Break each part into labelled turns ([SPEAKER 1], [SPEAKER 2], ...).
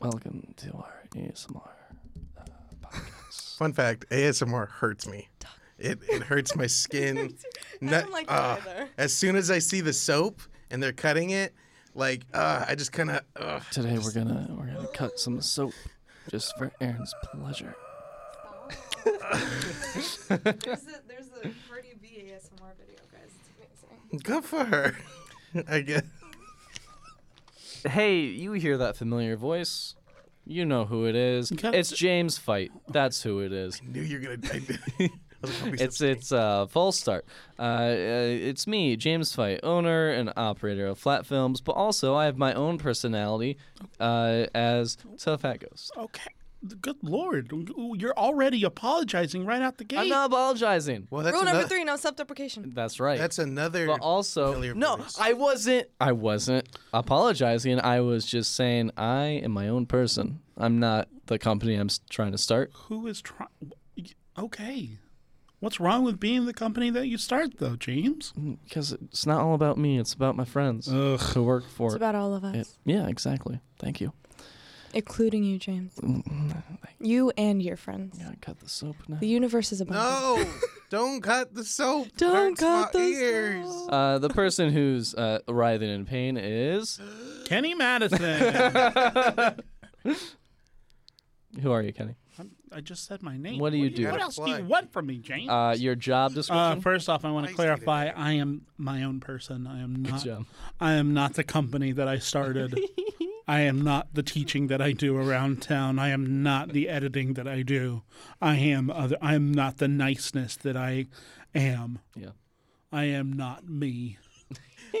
[SPEAKER 1] Welcome to our ASMR uh, podcast.
[SPEAKER 2] Fun fact: ASMR hurts me. It it hurts my skin.
[SPEAKER 3] I don't like
[SPEAKER 2] ah,
[SPEAKER 3] that either.
[SPEAKER 2] as soon as I see the soap and they're cutting it, like uh, I just kind of. Uh,
[SPEAKER 1] Today we're gonna we're gonna cut some soap just for Aaron's pleasure.
[SPEAKER 3] There's a, there's a Cardi B ASMR video, guys. It's amazing.
[SPEAKER 2] good for her. I guess.
[SPEAKER 4] Hey, you hear that familiar voice? You know who it is.
[SPEAKER 1] Okay.
[SPEAKER 4] It's James Fight. That's who it is.
[SPEAKER 2] Knew you're gonna. I, I was hoping
[SPEAKER 4] It's
[SPEAKER 2] something-
[SPEAKER 4] it's uh false start. Uh, uh, it's me, James Fight, owner and operator of Flat Films, but also I have my own personality uh, as Tough Hat Ghost.
[SPEAKER 5] Okay. Good lord, you're already apologizing right out the gate.
[SPEAKER 4] I'm not apologizing.
[SPEAKER 2] Well, that's
[SPEAKER 3] Rule number
[SPEAKER 2] another-
[SPEAKER 3] three: no self-deprecation.
[SPEAKER 4] That's right.
[SPEAKER 2] That's another.
[SPEAKER 4] but also
[SPEAKER 2] familiar
[SPEAKER 4] no,
[SPEAKER 2] voice.
[SPEAKER 4] I wasn't. I wasn't apologizing. I was just saying I am my own person. I'm not the company I'm s- trying to start.
[SPEAKER 5] Who is trying? Okay, what's wrong with being the company that you start though, James?
[SPEAKER 1] Because it's not all about me; it's about my friends
[SPEAKER 5] Ugh.
[SPEAKER 1] who work for
[SPEAKER 3] It's
[SPEAKER 1] it.
[SPEAKER 3] about all of us,
[SPEAKER 1] Yeah, exactly. Thank you.
[SPEAKER 3] including you, James. You and your friends.
[SPEAKER 1] Gotta cut the soap now.
[SPEAKER 3] The universe is about.
[SPEAKER 2] No, don't cut the soap. It
[SPEAKER 3] Don't
[SPEAKER 2] hurts
[SPEAKER 3] cut
[SPEAKER 2] my
[SPEAKER 3] the
[SPEAKER 2] ears.
[SPEAKER 3] soap.
[SPEAKER 4] Uh, the person who's uh, writhing in pain is
[SPEAKER 5] Kenny Madison.
[SPEAKER 4] who are you, Kenny?
[SPEAKER 5] I'm- I just said my name.
[SPEAKER 4] What do you do?
[SPEAKER 5] What else do you
[SPEAKER 2] Fly.
[SPEAKER 5] want from me, James?
[SPEAKER 4] Uh, your job description.
[SPEAKER 5] Uh, first off, I want
[SPEAKER 2] I
[SPEAKER 5] to
[SPEAKER 2] stated
[SPEAKER 5] clarify: I am my own person. I am not.
[SPEAKER 4] job.
[SPEAKER 5] I am not the company that I started. I am not the teaching that I do around town. I am not the editing that I do. I am other. I am not the niceness that I am.
[SPEAKER 4] yeah.
[SPEAKER 5] I am not me.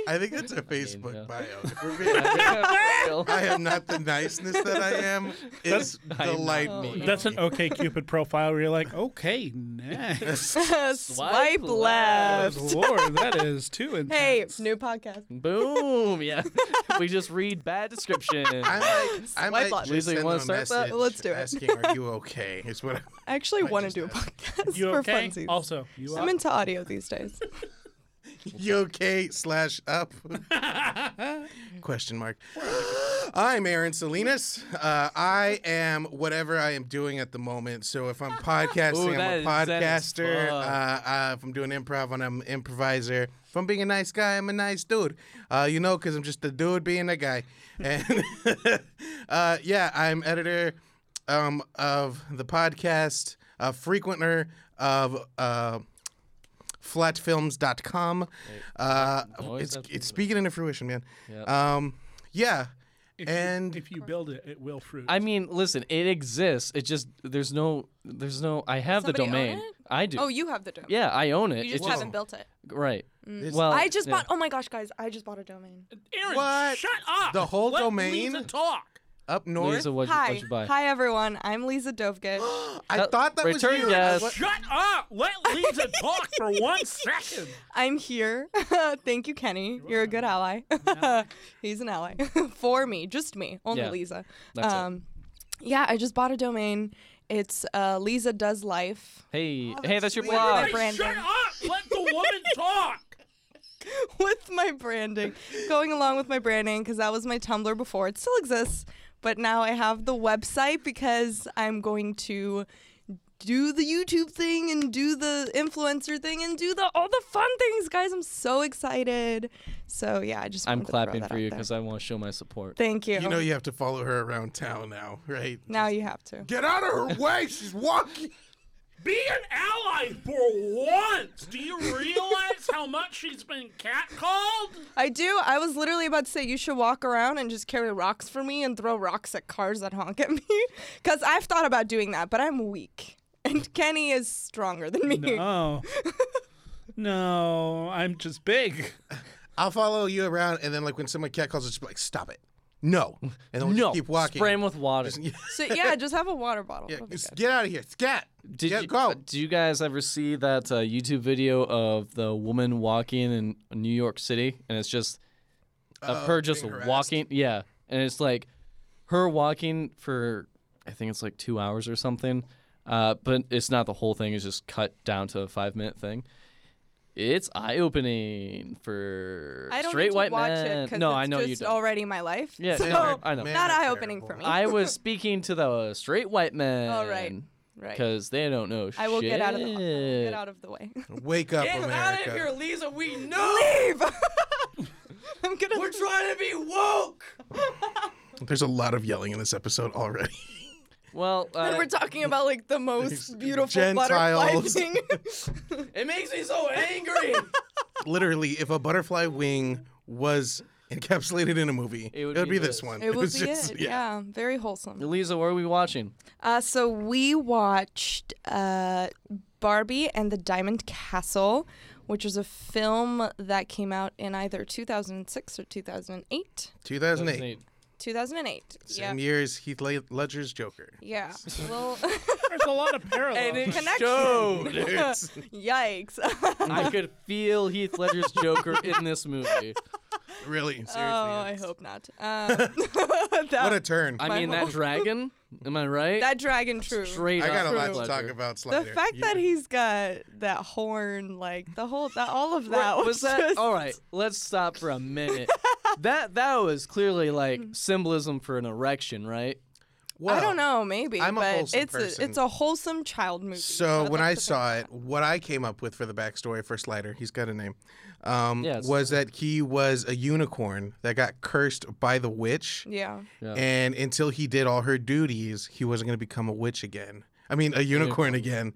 [SPEAKER 2] I think that's a
[SPEAKER 4] mean, yeah.
[SPEAKER 2] Facebook bio. If we're being- I am not the niceness that I am. It's delight me.
[SPEAKER 5] That's an OK Cupid profile where you're like, okay, next.
[SPEAKER 3] Swipe
[SPEAKER 4] left.
[SPEAKER 3] left.
[SPEAKER 5] Lord, that is too intense.
[SPEAKER 3] Hey, new podcast.
[SPEAKER 4] Boom. Yeah. we just read bad description.
[SPEAKER 2] I might, I might
[SPEAKER 3] left.
[SPEAKER 2] just
[SPEAKER 4] Lisa, you
[SPEAKER 2] send
[SPEAKER 4] wanna
[SPEAKER 2] them a
[SPEAKER 4] start that?
[SPEAKER 2] message
[SPEAKER 3] Let's do it.
[SPEAKER 2] asking, "Are you okay?" Is what. I-
[SPEAKER 3] I actually
[SPEAKER 2] Might
[SPEAKER 3] want to
[SPEAKER 2] just
[SPEAKER 3] do a
[SPEAKER 2] ask.
[SPEAKER 3] podcast
[SPEAKER 5] You
[SPEAKER 3] for
[SPEAKER 5] okay?
[SPEAKER 3] funsies.
[SPEAKER 5] Also, you
[SPEAKER 3] I'm into audio these days.
[SPEAKER 2] You okay? Slash up? Question mark. I'm Aaron Salinas. Uh, I am whatever I am doing at the moment. So if I'm podcasting,
[SPEAKER 4] Ooh, that
[SPEAKER 2] I'm
[SPEAKER 4] is
[SPEAKER 2] a
[SPEAKER 4] zen as
[SPEAKER 2] podcaster. Uh,
[SPEAKER 4] fuck.
[SPEAKER 2] uh, if I'm doing improv, and I'm an improviser. If I'm being a nice guy, I'm a nice dude. Uh, you know, because I'm just a dude being a guy. And uh, yeah, I'm editor um, of the podcast, a frequenter of. Uh, flatfilms.com. Uh,
[SPEAKER 4] always
[SPEAKER 2] it's
[SPEAKER 4] have to
[SPEAKER 2] it's
[SPEAKER 4] do
[SPEAKER 2] speaking into fruition, man.
[SPEAKER 4] Yep.
[SPEAKER 2] Um, yeah.
[SPEAKER 5] If
[SPEAKER 2] and
[SPEAKER 5] you, if you build it, it will fruit.
[SPEAKER 4] I mean, listen, it exists. It just there's no there's no. I have the
[SPEAKER 3] Somebody own
[SPEAKER 4] domain.
[SPEAKER 3] it?
[SPEAKER 4] I do.
[SPEAKER 3] Oh, you have the domain.
[SPEAKER 4] yeah, I own it.
[SPEAKER 3] You just
[SPEAKER 4] It's
[SPEAKER 3] haven't built it.
[SPEAKER 4] right.
[SPEAKER 2] It's-
[SPEAKER 4] Well,
[SPEAKER 3] I just
[SPEAKER 4] yeah.
[SPEAKER 3] bought. Oh my gosh, guys! I just bought a domain.
[SPEAKER 5] Aaron,
[SPEAKER 2] What?
[SPEAKER 5] shut up.
[SPEAKER 2] The whole
[SPEAKER 5] Let
[SPEAKER 2] domain?
[SPEAKER 5] Lisa talk.
[SPEAKER 2] up north.
[SPEAKER 4] Lisa, what'd you,
[SPEAKER 3] Hi,
[SPEAKER 4] what'd you buy?
[SPEAKER 3] hi everyone. I'm Lisa Dovgit.
[SPEAKER 2] I thought that was
[SPEAKER 4] Return
[SPEAKER 2] you.
[SPEAKER 4] guest.
[SPEAKER 2] What-
[SPEAKER 5] Shut up. Let Lisa talk for one second.
[SPEAKER 3] I'm here. Thank you, Kenny. You're a good ally. He's an ally for me, just me, only
[SPEAKER 4] Yeah,
[SPEAKER 3] Lisa. Um,
[SPEAKER 4] that's it.
[SPEAKER 3] Yeah, I just bought a domain. It's uh, Lisa Does Life.
[SPEAKER 4] Hey,
[SPEAKER 3] Oh,
[SPEAKER 4] hey, that's your
[SPEAKER 2] weird.
[SPEAKER 4] blog.
[SPEAKER 3] Hey, Brandon.
[SPEAKER 5] Shut up. Let the woman talk.
[SPEAKER 3] with my branding, going along with my branding because that was my Tumblr before. It still exists, but now I have the website because I'm going to do the YouTube thing and do the influencer thing and do the all the fun things, guys. I'm so excited. So yeah, I just
[SPEAKER 4] I'm
[SPEAKER 3] wanted to throw
[SPEAKER 4] clapping
[SPEAKER 3] that
[SPEAKER 4] for
[SPEAKER 3] out
[SPEAKER 4] you
[SPEAKER 3] there.
[SPEAKER 4] because I want to show my support.
[SPEAKER 3] thank you.
[SPEAKER 2] You know you have to follow her around town now, right?
[SPEAKER 3] now you have to.
[SPEAKER 2] Get out of her way. She's walking.
[SPEAKER 5] Be an ally for once. Do you realize how much she's been catcalled?
[SPEAKER 3] I do. I was literally about to say you should walk around and just carry rocks for me and throw rocks at cars that honk at me because I've thought about doing that, but I'm weak. And Kenny is stronger than me.
[SPEAKER 5] No. Oh. no, I'm just big.
[SPEAKER 2] I'll follow you around, and then like when someone cat calls, it's just be like stop it. No, and then we'll
[SPEAKER 4] no,
[SPEAKER 2] just keep walking.
[SPEAKER 4] spray him with water.
[SPEAKER 3] So yeah, just have a water bottle.
[SPEAKER 2] Yeah,
[SPEAKER 3] That'd be
[SPEAKER 2] just
[SPEAKER 3] good.
[SPEAKER 2] get out of here. Scat.
[SPEAKER 4] Did
[SPEAKER 2] Get-
[SPEAKER 4] you, uh,
[SPEAKER 2] go.
[SPEAKER 4] Do you guys ever see that uh, YouTube video of the woman walking in New York City, and it's just of her just
[SPEAKER 2] Oh, being harassed.
[SPEAKER 4] walking? Yeah, and it's like her walking for I think it's like two hours or something, uh, but it's not the whole thing. It's just cut down to a five minute thing. It's eye opening for
[SPEAKER 3] I don't
[SPEAKER 4] straight
[SPEAKER 3] need to
[SPEAKER 4] white
[SPEAKER 3] watch it
[SPEAKER 4] men.
[SPEAKER 3] because
[SPEAKER 4] no,
[SPEAKER 3] it's
[SPEAKER 4] I know
[SPEAKER 3] just
[SPEAKER 4] you don't.
[SPEAKER 3] already my life.
[SPEAKER 4] Yeah,
[SPEAKER 3] so,
[SPEAKER 4] no, I- I know.
[SPEAKER 3] Not eye opening for me.
[SPEAKER 4] I was speaking to the straight white men.
[SPEAKER 3] All right, right.
[SPEAKER 4] Because they don't know
[SPEAKER 3] I will get out of the I will
[SPEAKER 4] shit.
[SPEAKER 3] get out of the way.
[SPEAKER 2] Wake up, America.
[SPEAKER 4] Lisa. We know
[SPEAKER 3] Leave.
[SPEAKER 4] Uh,
[SPEAKER 3] I'm gonna. We're
[SPEAKER 4] trying to be woke.
[SPEAKER 2] There's a lot of yelling in this episode already.
[SPEAKER 4] Well, uh,
[SPEAKER 3] we're talking about like the most beautiful butterfly
[SPEAKER 2] Gentiles.
[SPEAKER 3] thing.
[SPEAKER 4] it makes me so angry.
[SPEAKER 2] Literally, if a butterfly wing was encapsulated in a movie, it would, be, this one.
[SPEAKER 3] it would
[SPEAKER 2] was
[SPEAKER 3] be
[SPEAKER 2] just-
[SPEAKER 3] it. Yeah. very wholesome.
[SPEAKER 4] Lisa, what are we watching?
[SPEAKER 3] Uh, so we watched uh, Barbie and the Diamond Castle, which is a film that came out in either 2006 or 2008.
[SPEAKER 2] 2008.
[SPEAKER 3] 2008.
[SPEAKER 2] Same
[SPEAKER 3] yeah.
[SPEAKER 2] year as Heath Le- Ledger's Joker.
[SPEAKER 3] Yeah. Well,
[SPEAKER 5] There's a lot of parallels.
[SPEAKER 3] connection. Yikes.
[SPEAKER 4] I could feel Heath Ledger's Joker in this movie.
[SPEAKER 2] really, seriously.
[SPEAKER 3] Oh, I hope not. Um, that,
[SPEAKER 2] What a turn.
[SPEAKER 4] I mean, that dragon. Am I right?
[SPEAKER 3] that dragon true.
[SPEAKER 4] Straight
[SPEAKER 2] I
[SPEAKER 4] up
[SPEAKER 2] got a lot
[SPEAKER 4] Heath
[SPEAKER 2] to
[SPEAKER 4] Ledger.
[SPEAKER 2] talk about.
[SPEAKER 3] the
[SPEAKER 2] Slider.
[SPEAKER 3] fact
[SPEAKER 2] You-
[SPEAKER 3] that he's got that horn, like the whole, that all of that
[SPEAKER 4] Wait, was
[SPEAKER 3] was,
[SPEAKER 4] that
[SPEAKER 3] just-
[SPEAKER 2] Oh,
[SPEAKER 4] all right? Let's stop for a minute. that that was clearly like
[SPEAKER 3] Mm.
[SPEAKER 4] symbolism for an erection, right?
[SPEAKER 2] Well,
[SPEAKER 3] I don't know, maybe,
[SPEAKER 2] I'm a
[SPEAKER 3] but
[SPEAKER 2] wholesome
[SPEAKER 3] it's a,
[SPEAKER 2] person.
[SPEAKER 3] it's a wholesome child movie.
[SPEAKER 2] So
[SPEAKER 3] I'd
[SPEAKER 2] when
[SPEAKER 3] like
[SPEAKER 2] I
[SPEAKER 3] to
[SPEAKER 2] saw
[SPEAKER 3] think
[SPEAKER 2] it, what I came up with for the backstory for Slider, he's got a name, um,
[SPEAKER 4] Yeah, it's-
[SPEAKER 2] was that he was a unicorn that got cursed by the witch,
[SPEAKER 3] that. yeah,
[SPEAKER 2] and until he did all her duties, he wasn't going to become a witch again. I mean, a unicorn again,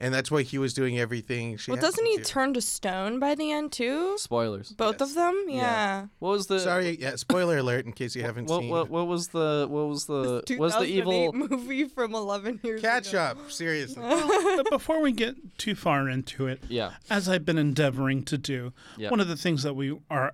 [SPEAKER 2] and that's why he was doing everything she.
[SPEAKER 3] well,
[SPEAKER 2] asked
[SPEAKER 3] doesn't
[SPEAKER 2] him
[SPEAKER 3] he
[SPEAKER 2] to.
[SPEAKER 3] turn to stone by the end too?
[SPEAKER 4] Spoilers.
[SPEAKER 3] Both of them, yeah.
[SPEAKER 4] What was the
[SPEAKER 2] Sorry, yeah. Spoiler alert, in case you haven't
[SPEAKER 4] What,
[SPEAKER 2] seen.
[SPEAKER 4] what what was the what was the was the
[SPEAKER 3] 2008
[SPEAKER 4] evil
[SPEAKER 3] movie from 11 years
[SPEAKER 2] Catch
[SPEAKER 3] ago.
[SPEAKER 2] up, seriously.
[SPEAKER 5] but before we get too far into it,
[SPEAKER 4] yeah
[SPEAKER 5] as I've been endeavoring to do,
[SPEAKER 4] Yeah.
[SPEAKER 5] one of the things that we are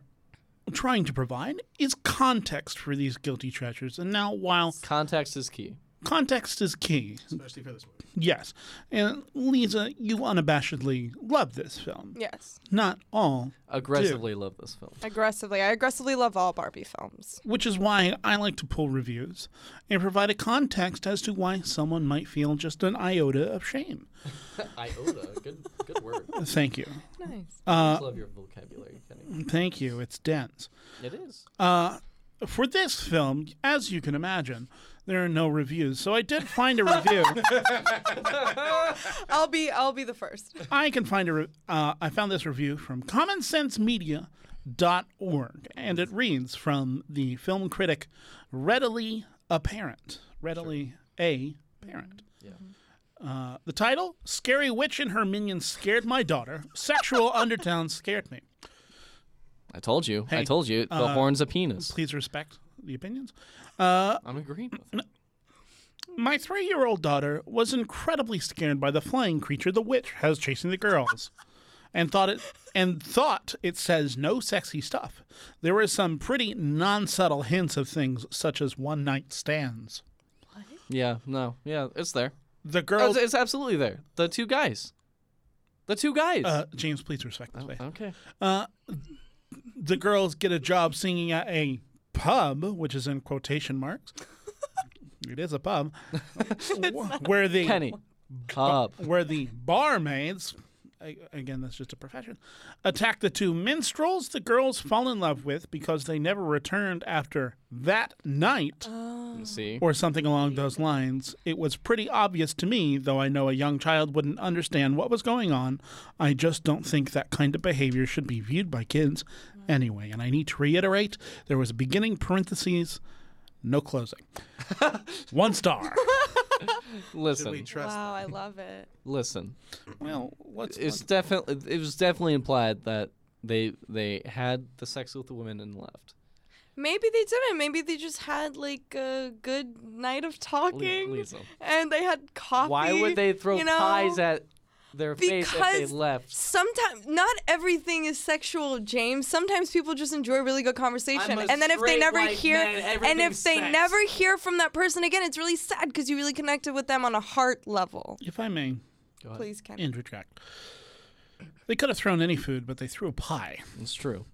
[SPEAKER 5] trying to provide is context for these guilty treasures. And now, while
[SPEAKER 4] context is key.
[SPEAKER 5] context is key,
[SPEAKER 2] Especially for this movie.
[SPEAKER 5] yes, and Lisa, you unabashedly love this film.
[SPEAKER 3] Yes,
[SPEAKER 5] Not all,
[SPEAKER 4] Aggressively love this film.
[SPEAKER 3] aggressively. I aggressively love all Barbie films.
[SPEAKER 5] which is why I like to pull reviews and provide a context as to why someone might feel just an iota of shame.
[SPEAKER 4] Iota, good good word.
[SPEAKER 5] Thank you.
[SPEAKER 3] Nice.
[SPEAKER 5] Uh,
[SPEAKER 4] I love your vocabulary, Kenny.
[SPEAKER 5] Thank you. It's dense.
[SPEAKER 4] It is.
[SPEAKER 5] uh, for this film, as you can imagine, there are no reviews. So I did find a review.
[SPEAKER 3] I'll be I'll be the first.
[SPEAKER 5] I can find a. Re- uh, I found this review from commonsensemedia.org, and it reads from the film critic, readily apparent, readily a parent. Yeah. Uh, the title: "Scary Witch and Her Minions Scared My Daughter. Sexual Undertones Scared Me."
[SPEAKER 4] I told you. I
[SPEAKER 5] Hey, uh,
[SPEAKER 4] told you. The horn's a penis.
[SPEAKER 5] Please respect the opinions.
[SPEAKER 4] I'm agreeing with it.
[SPEAKER 5] My three year old daughter was incredibly scared by the flying creature the witch has chasing the girls. And thought it and thought it says no sexy stuff. There were some pretty non subtle hints of things such as one night stands.
[SPEAKER 4] Yeah. No. Yeah. It's there.
[SPEAKER 5] The
[SPEAKER 4] Oh,
[SPEAKER 5] girls
[SPEAKER 4] It's, it's absolutely there. The two guys. The two guys.
[SPEAKER 5] uh, James, please respect this way.
[SPEAKER 4] okay.
[SPEAKER 5] The girls get a job singing at a pub, which is in quotation marks. it is a pub. where the
[SPEAKER 4] Kenny. Up.
[SPEAKER 5] where the barmaids a- again that's just a profession attack the two minstrels the girls fall in love with because they never returned after that night
[SPEAKER 4] See.
[SPEAKER 5] or something along those lines it was pretty obvious to me though i know a young child wouldn't understand what was going on i just don't think that kind of behavior should be viewed by kids anyway and i need to reiterate there was a beginning parentheses no closing one star
[SPEAKER 2] We
[SPEAKER 4] Listen.
[SPEAKER 2] trust.
[SPEAKER 3] Wow, I love it.
[SPEAKER 4] Listen.
[SPEAKER 5] well what's
[SPEAKER 4] It's definitely. It was definitely implied that they they had the sex with the women and left.
[SPEAKER 3] Maybe they didn't. Maybe they just had like a good night of talking,
[SPEAKER 4] Lisa.
[SPEAKER 3] and they had coffee.
[SPEAKER 4] Why would they throw
[SPEAKER 3] you know?
[SPEAKER 4] pies at their face if
[SPEAKER 3] Because-
[SPEAKER 4] they left?
[SPEAKER 3] Sometimes not everything is sexual, James. Sometimes people just enjoy really good
[SPEAKER 4] I'm
[SPEAKER 3] conversation,
[SPEAKER 4] a
[SPEAKER 3] and then if they
[SPEAKER 4] straight
[SPEAKER 3] never
[SPEAKER 4] white
[SPEAKER 3] hear,
[SPEAKER 4] man,
[SPEAKER 3] and if
[SPEAKER 4] everything's
[SPEAKER 3] they
[SPEAKER 4] sex.
[SPEAKER 3] never hear from that person again, it's really sad because you really connected with them on a heart level.
[SPEAKER 5] if i may
[SPEAKER 3] Please, Ken.
[SPEAKER 5] interject. They could have thrown any food, but they threw a pie.
[SPEAKER 4] It's true.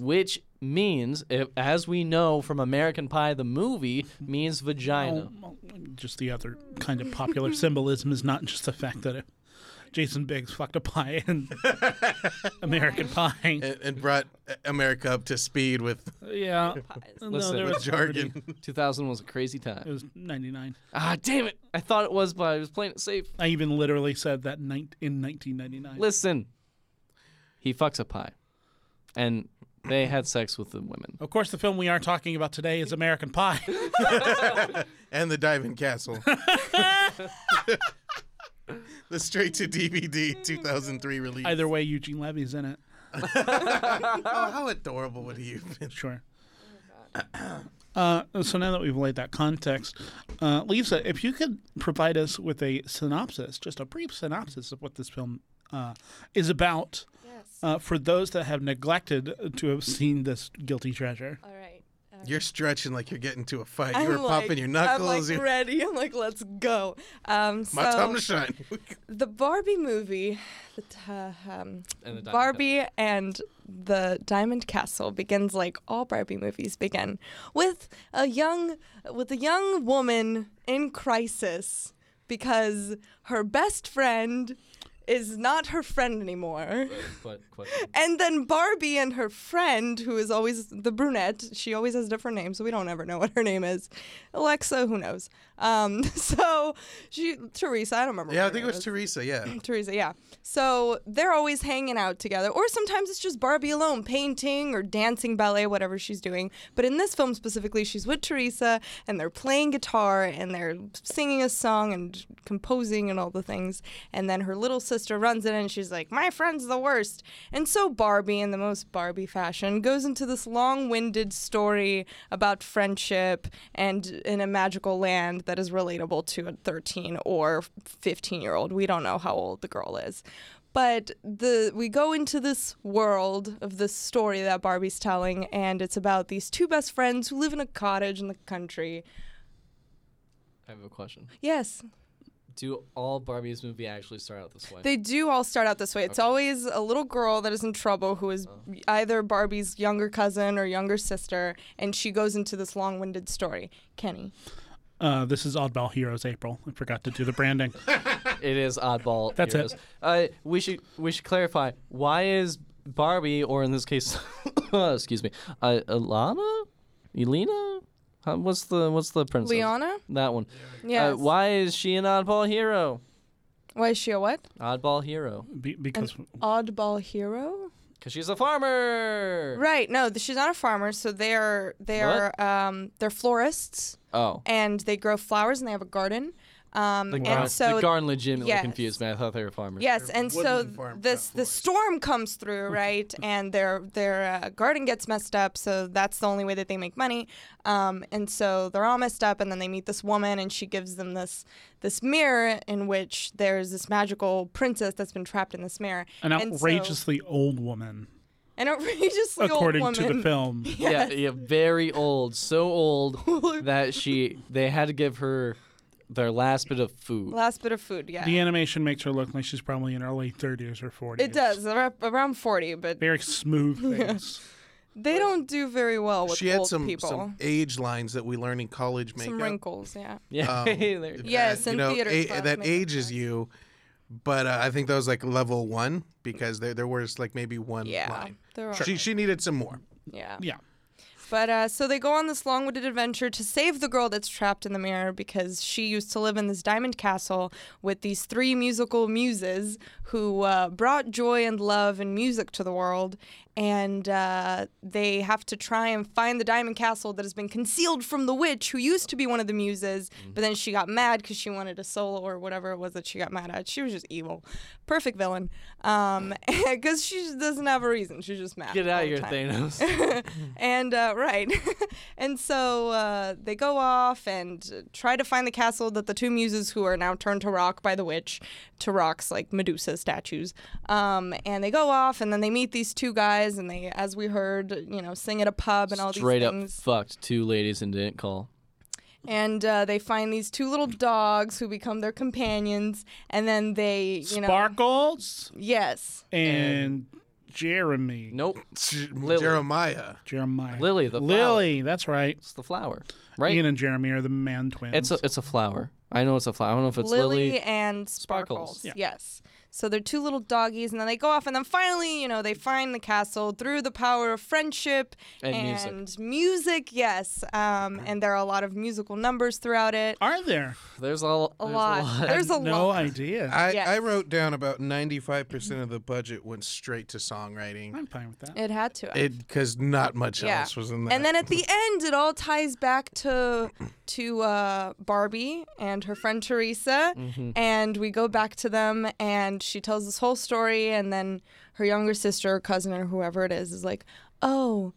[SPEAKER 4] Which means, if, as we know from American Pie, the movie means vagina.
[SPEAKER 5] Well, Just the other kind of popular symbolism is not just the fact that it, Jason Biggs fucked a pie in American Pie.
[SPEAKER 2] and, and brought America up to speed with,
[SPEAKER 5] Yeah.
[SPEAKER 4] Listen,
[SPEAKER 5] there
[SPEAKER 4] with
[SPEAKER 2] with
[SPEAKER 5] was already-
[SPEAKER 2] jargon.
[SPEAKER 4] 2000 was a crazy time.
[SPEAKER 5] It was 99.
[SPEAKER 4] Ah, damn it! I thought it was, but I was playing it safe.
[SPEAKER 5] I even literally said that nine in 1999.
[SPEAKER 4] Listen, he fucks a pie, and they had sex with the women.
[SPEAKER 5] Of course, the film we are talking about today is American Pie.
[SPEAKER 2] and the Diving Castle. the straight to DVD 2003 release.
[SPEAKER 5] Either way, Eugene Levy's in it.
[SPEAKER 2] Oh, how adorable would he have been?
[SPEAKER 5] Sure. Uh, so now that we've laid that context, uh, Lisa, if you could provide us with a synopsis, just a brief synopsis of what this film uh, is about,
[SPEAKER 6] Yes.
[SPEAKER 5] uh, for those that have neglected to have seen this guilty treasure.
[SPEAKER 6] All right. all right.
[SPEAKER 2] You're stretching like you're getting to a fight.
[SPEAKER 3] I'm
[SPEAKER 2] you were
[SPEAKER 3] like,
[SPEAKER 2] popping your knuckles.
[SPEAKER 3] I'm like
[SPEAKER 2] You're-
[SPEAKER 3] ready. I'm like, let's go. Um, so
[SPEAKER 2] my time to shine.
[SPEAKER 3] the Barbie movie, the t- uh, um,
[SPEAKER 4] And the Diamond
[SPEAKER 3] Barbie and the Diamond Castle begins like all Barbie movies begin with a young with a young woman in crisis because her best friend is not her friend anymore.
[SPEAKER 4] Oh, But, but
[SPEAKER 3] And then Barbie and her friend, who is always the brunette, she always has different names, so we don't ever know what her name is. Alexa, who knows? Um, so she, Teresa, I don't remember.
[SPEAKER 2] Yeah, I
[SPEAKER 3] what her
[SPEAKER 2] think it
[SPEAKER 3] name
[SPEAKER 2] was
[SPEAKER 3] is.
[SPEAKER 2] Teresa. Yeah.
[SPEAKER 3] Teresa, yeah. So they're always hanging out together, or sometimes it's just Barbie alone, painting or dancing ballet, whatever she's doing. But in this film specifically, she's with Teresa, and they're playing guitar, and they're singing a song and composing and all the things. And then her little sister runs in, and she's like, "My friend's the worst." And so Barbie, in the most Barbie fashion, goes into this long-winded story about friendship and in a magical land that is relatable to a 13 or 15 year old. We don't know how old the girl is. But the we go into this world of this story that Barbie's telling, and it's about these two best friends who live in a cottage in the country.
[SPEAKER 4] I have a question.
[SPEAKER 3] Yes,
[SPEAKER 4] Do all Barbies movie actually start out this way?
[SPEAKER 3] They do all start out this way. It's always a little girl that is in trouble who is
[SPEAKER 4] Uh-huh.
[SPEAKER 3] either Barbie's younger cousin or younger sister, and she goes into this long winded story. Kenny.
[SPEAKER 5] Uh, this is Oddball Heroes April. I forgot to do the branding.
[SPEAKER 4] it is oddball.
[SPEAKER 5] That's
[SPEAKER 4] heroes.
[SPEAKER 5] it.
[SPEAKER 4] Uh, we should we should clarify. Why is Barbie, or in this case, excuse me, uh, Alana, Elena? Huh, what's the what's the princess?
[SPEAKER 3] Leona?
[SPEAKER 4] That one.
[SPEAKER 3] Yes.
[SPEAKER 4] Uh, why is she an oddball hero?
[SPEAKER 3] Why is she a what?
[SPEAKER 4] Oddball hero.
[SPEAKER 5] Be- because
[SPEAKER 3] Oddball hero?
[SPEAKER 4] Cause she's a farmer.
[SPEAKER 3] Right. No, th- she's not a farmer, so they are they
[SPEAKER 4] What?
[SPEAKER 3] are um, they're florists
[SPEAKER 4] Oh.
[SPEAKER 3] and they grow flowers and they have a garden. Um,
[SPEAKER 4] The
[SPEAKER 3] and
[SPEAKER 4] Garn,
[SPEAKER 3] so
[SPEAKER 4] the Garn legitimately
[SPEAKER 3] yes.
[SPEAKER 4] confused me. I thought they were farmers.
[SPEAKER 3] Yes, and so
[SPEAKER 2] woodland farm
[SPEAKER 3] this
[SPEAKER 2] crop
[SPEAKER 3] the storm comes through, right? and their their uh, garden gets messed up, so that's the only way that they make money. Um, and so they're all messed up, and then they meet this woman, and she gives them this this mirror in which there's this magical princess that's been trapped in this mirror.
[SPEAKER 5] an
[SPEAKER 3] And so-
[SPEAKER 5] outrageously old woman,
[SPEAKER 3] an outrageously old
[SPEAKER 5] according to the
[SPEAKER 3] woman.
[SPEAKER 5] film.
[SPEAKER 4] Yeah, yeah, very old, so old that she they had to give her their last bit of food.
[SPEAKER 3] Last bit of food, yeah.
[SPEAKER 5] The animation makes her look like she's probably in her late 30s or 40s.
[SPEAKER 3] It does ar- around forty, but
[SPEAKER 5] Very smooth face.
[SPEAKER 3] they don't do very well with
[SPEAKER 2] She had
[SPEAKER 3] old
[SPEAKER 2] some,
[SPEAKER 3] people.
[SPEAKER 2] some age lines that we learn in college makeup.
[SPEAKER 3] Some wrinkles, yeah.
[SPEAKER 4] Yeah, there-
[SPEAKER 3] Yes,
[SPEAKER 2] that,
[SPEAKER 3] in
[SPEAKER 2] you know,
[SPEAKER 3] theater
[SPEAKER 2] a-
[SPEAKER 3] class
[SPEAKER 2] that
[SPEAKER 3] makeup
[SPEAKER 2] ages you. But uh, I think that was like level one because there there was like maybe one
[SPEAKER 3] Yeah,
[SPEAKER 2] line.
[SPEAKER 3] they're all
[SPEAKER 2] She she needed some more.
[SPEAKER 3] yeah.
[SPEAKER 5] Yeah.
[SPEAKER 3] But uh, so they go on this long winded adventure to save the girl that's trapped in the mirror because she used to live in this diamond castle with these three musical muses who uh, brought joy and love and music to the world. And uh, they have to try and find the diamond castle that has been concealed from the witch who used to be one of the muses,
[SPEAKER 4] Mm-hmm.
[SPEAKER 3] but then she got mad because she wanted a solo or whatever it was that she got mad at. She was just evil. Perfect villain. Because she just doesn't have a reason. She's just mad.
[SPEAKER 4] Get out
[SPEAKER 3] all
[SPEAKER 4] of
[SPEAKER 3] the
[SPEAKER 4] here,
[SPEAKER 3] time
[SPEAKER 4] Thanos.
[SPEAKER 3] and uh, right, and so uh, they go off and try to find the castle that the two muses, who are now turned to rock by the witch, to rocks like Medusa statues. Um, and they go off, and then they meet these two guys, and they, as we heard, you know, sing at a pub and all
[SPEAKER 4] Straight
[SPEAKER 3] these
[SPEAKER 4] up
[SPEAKER 3] things.
[SPEAKER 4] fucked two ladies and didn't call.
[SPEAKER 3] And uh, they find these two little dogs who become their companions, and then they, you know,
[SPEAKER 5] Sparkles
[SPEAKER 3] yes,
[SPEAKER 5] and, Jeremy.
[SPEAKER 4] Nope. Lily.
[SPEAKER 2] Jeremiah.
[SPEAKER 5] Jeremiah.
[SPEAKER 4] Lily, the
[SPEAKER 5] Lily, that's right.
[SPEAKER 4] It's the flower, right?
[SPEAKER 5] Ian and Jeremy are the man twins.
[SPEAKER 4] it's a it's a flower. I know it's a flower. I don't know if it's
[SPEAKER 3] Lily,
[SPEAKER 4] Lily.
[SPEAKER 3] and
[SPEAKER 4] Sparkles.
[SPEAKER 3] Sparkles. Yes. So they're two little doggies, and then they go off, and then finally, you know, they find the castle through the power of friendship
[SPEAKER 4] And music.
[SPEAKER 3] music. yes. Um, and there are a lot of musical numbers throughout it.
[SPEAKER 5] Are there?
[SPEAKER 4] There's all
[SPEAKER 3] A lot. There's a
[SPEAKER 5] No
[SPEAKER 3] lot.
[SPEAKER 5] idea.
[SPEAKER 2] I,
[SPEAKER 3] Yes.
[SPEAKER 2] I wrote down about 95% of the budget went straight to songwriting.
[SPEAKER 5] I'm fine with that.
[SPEAKER 3] It had to.
[SPEAKER 2] Because not much
[SPEAKER 3] Yeah.
[SPEAKER 2] else was in that.
[SPEAKER 3] and then at the end, it all ties back to to uh, Barbie and her friend Teresa, and we go back to them, and she tells this whole story, and then her younger sister, or cousin, or whoever it is, is like, "Oh,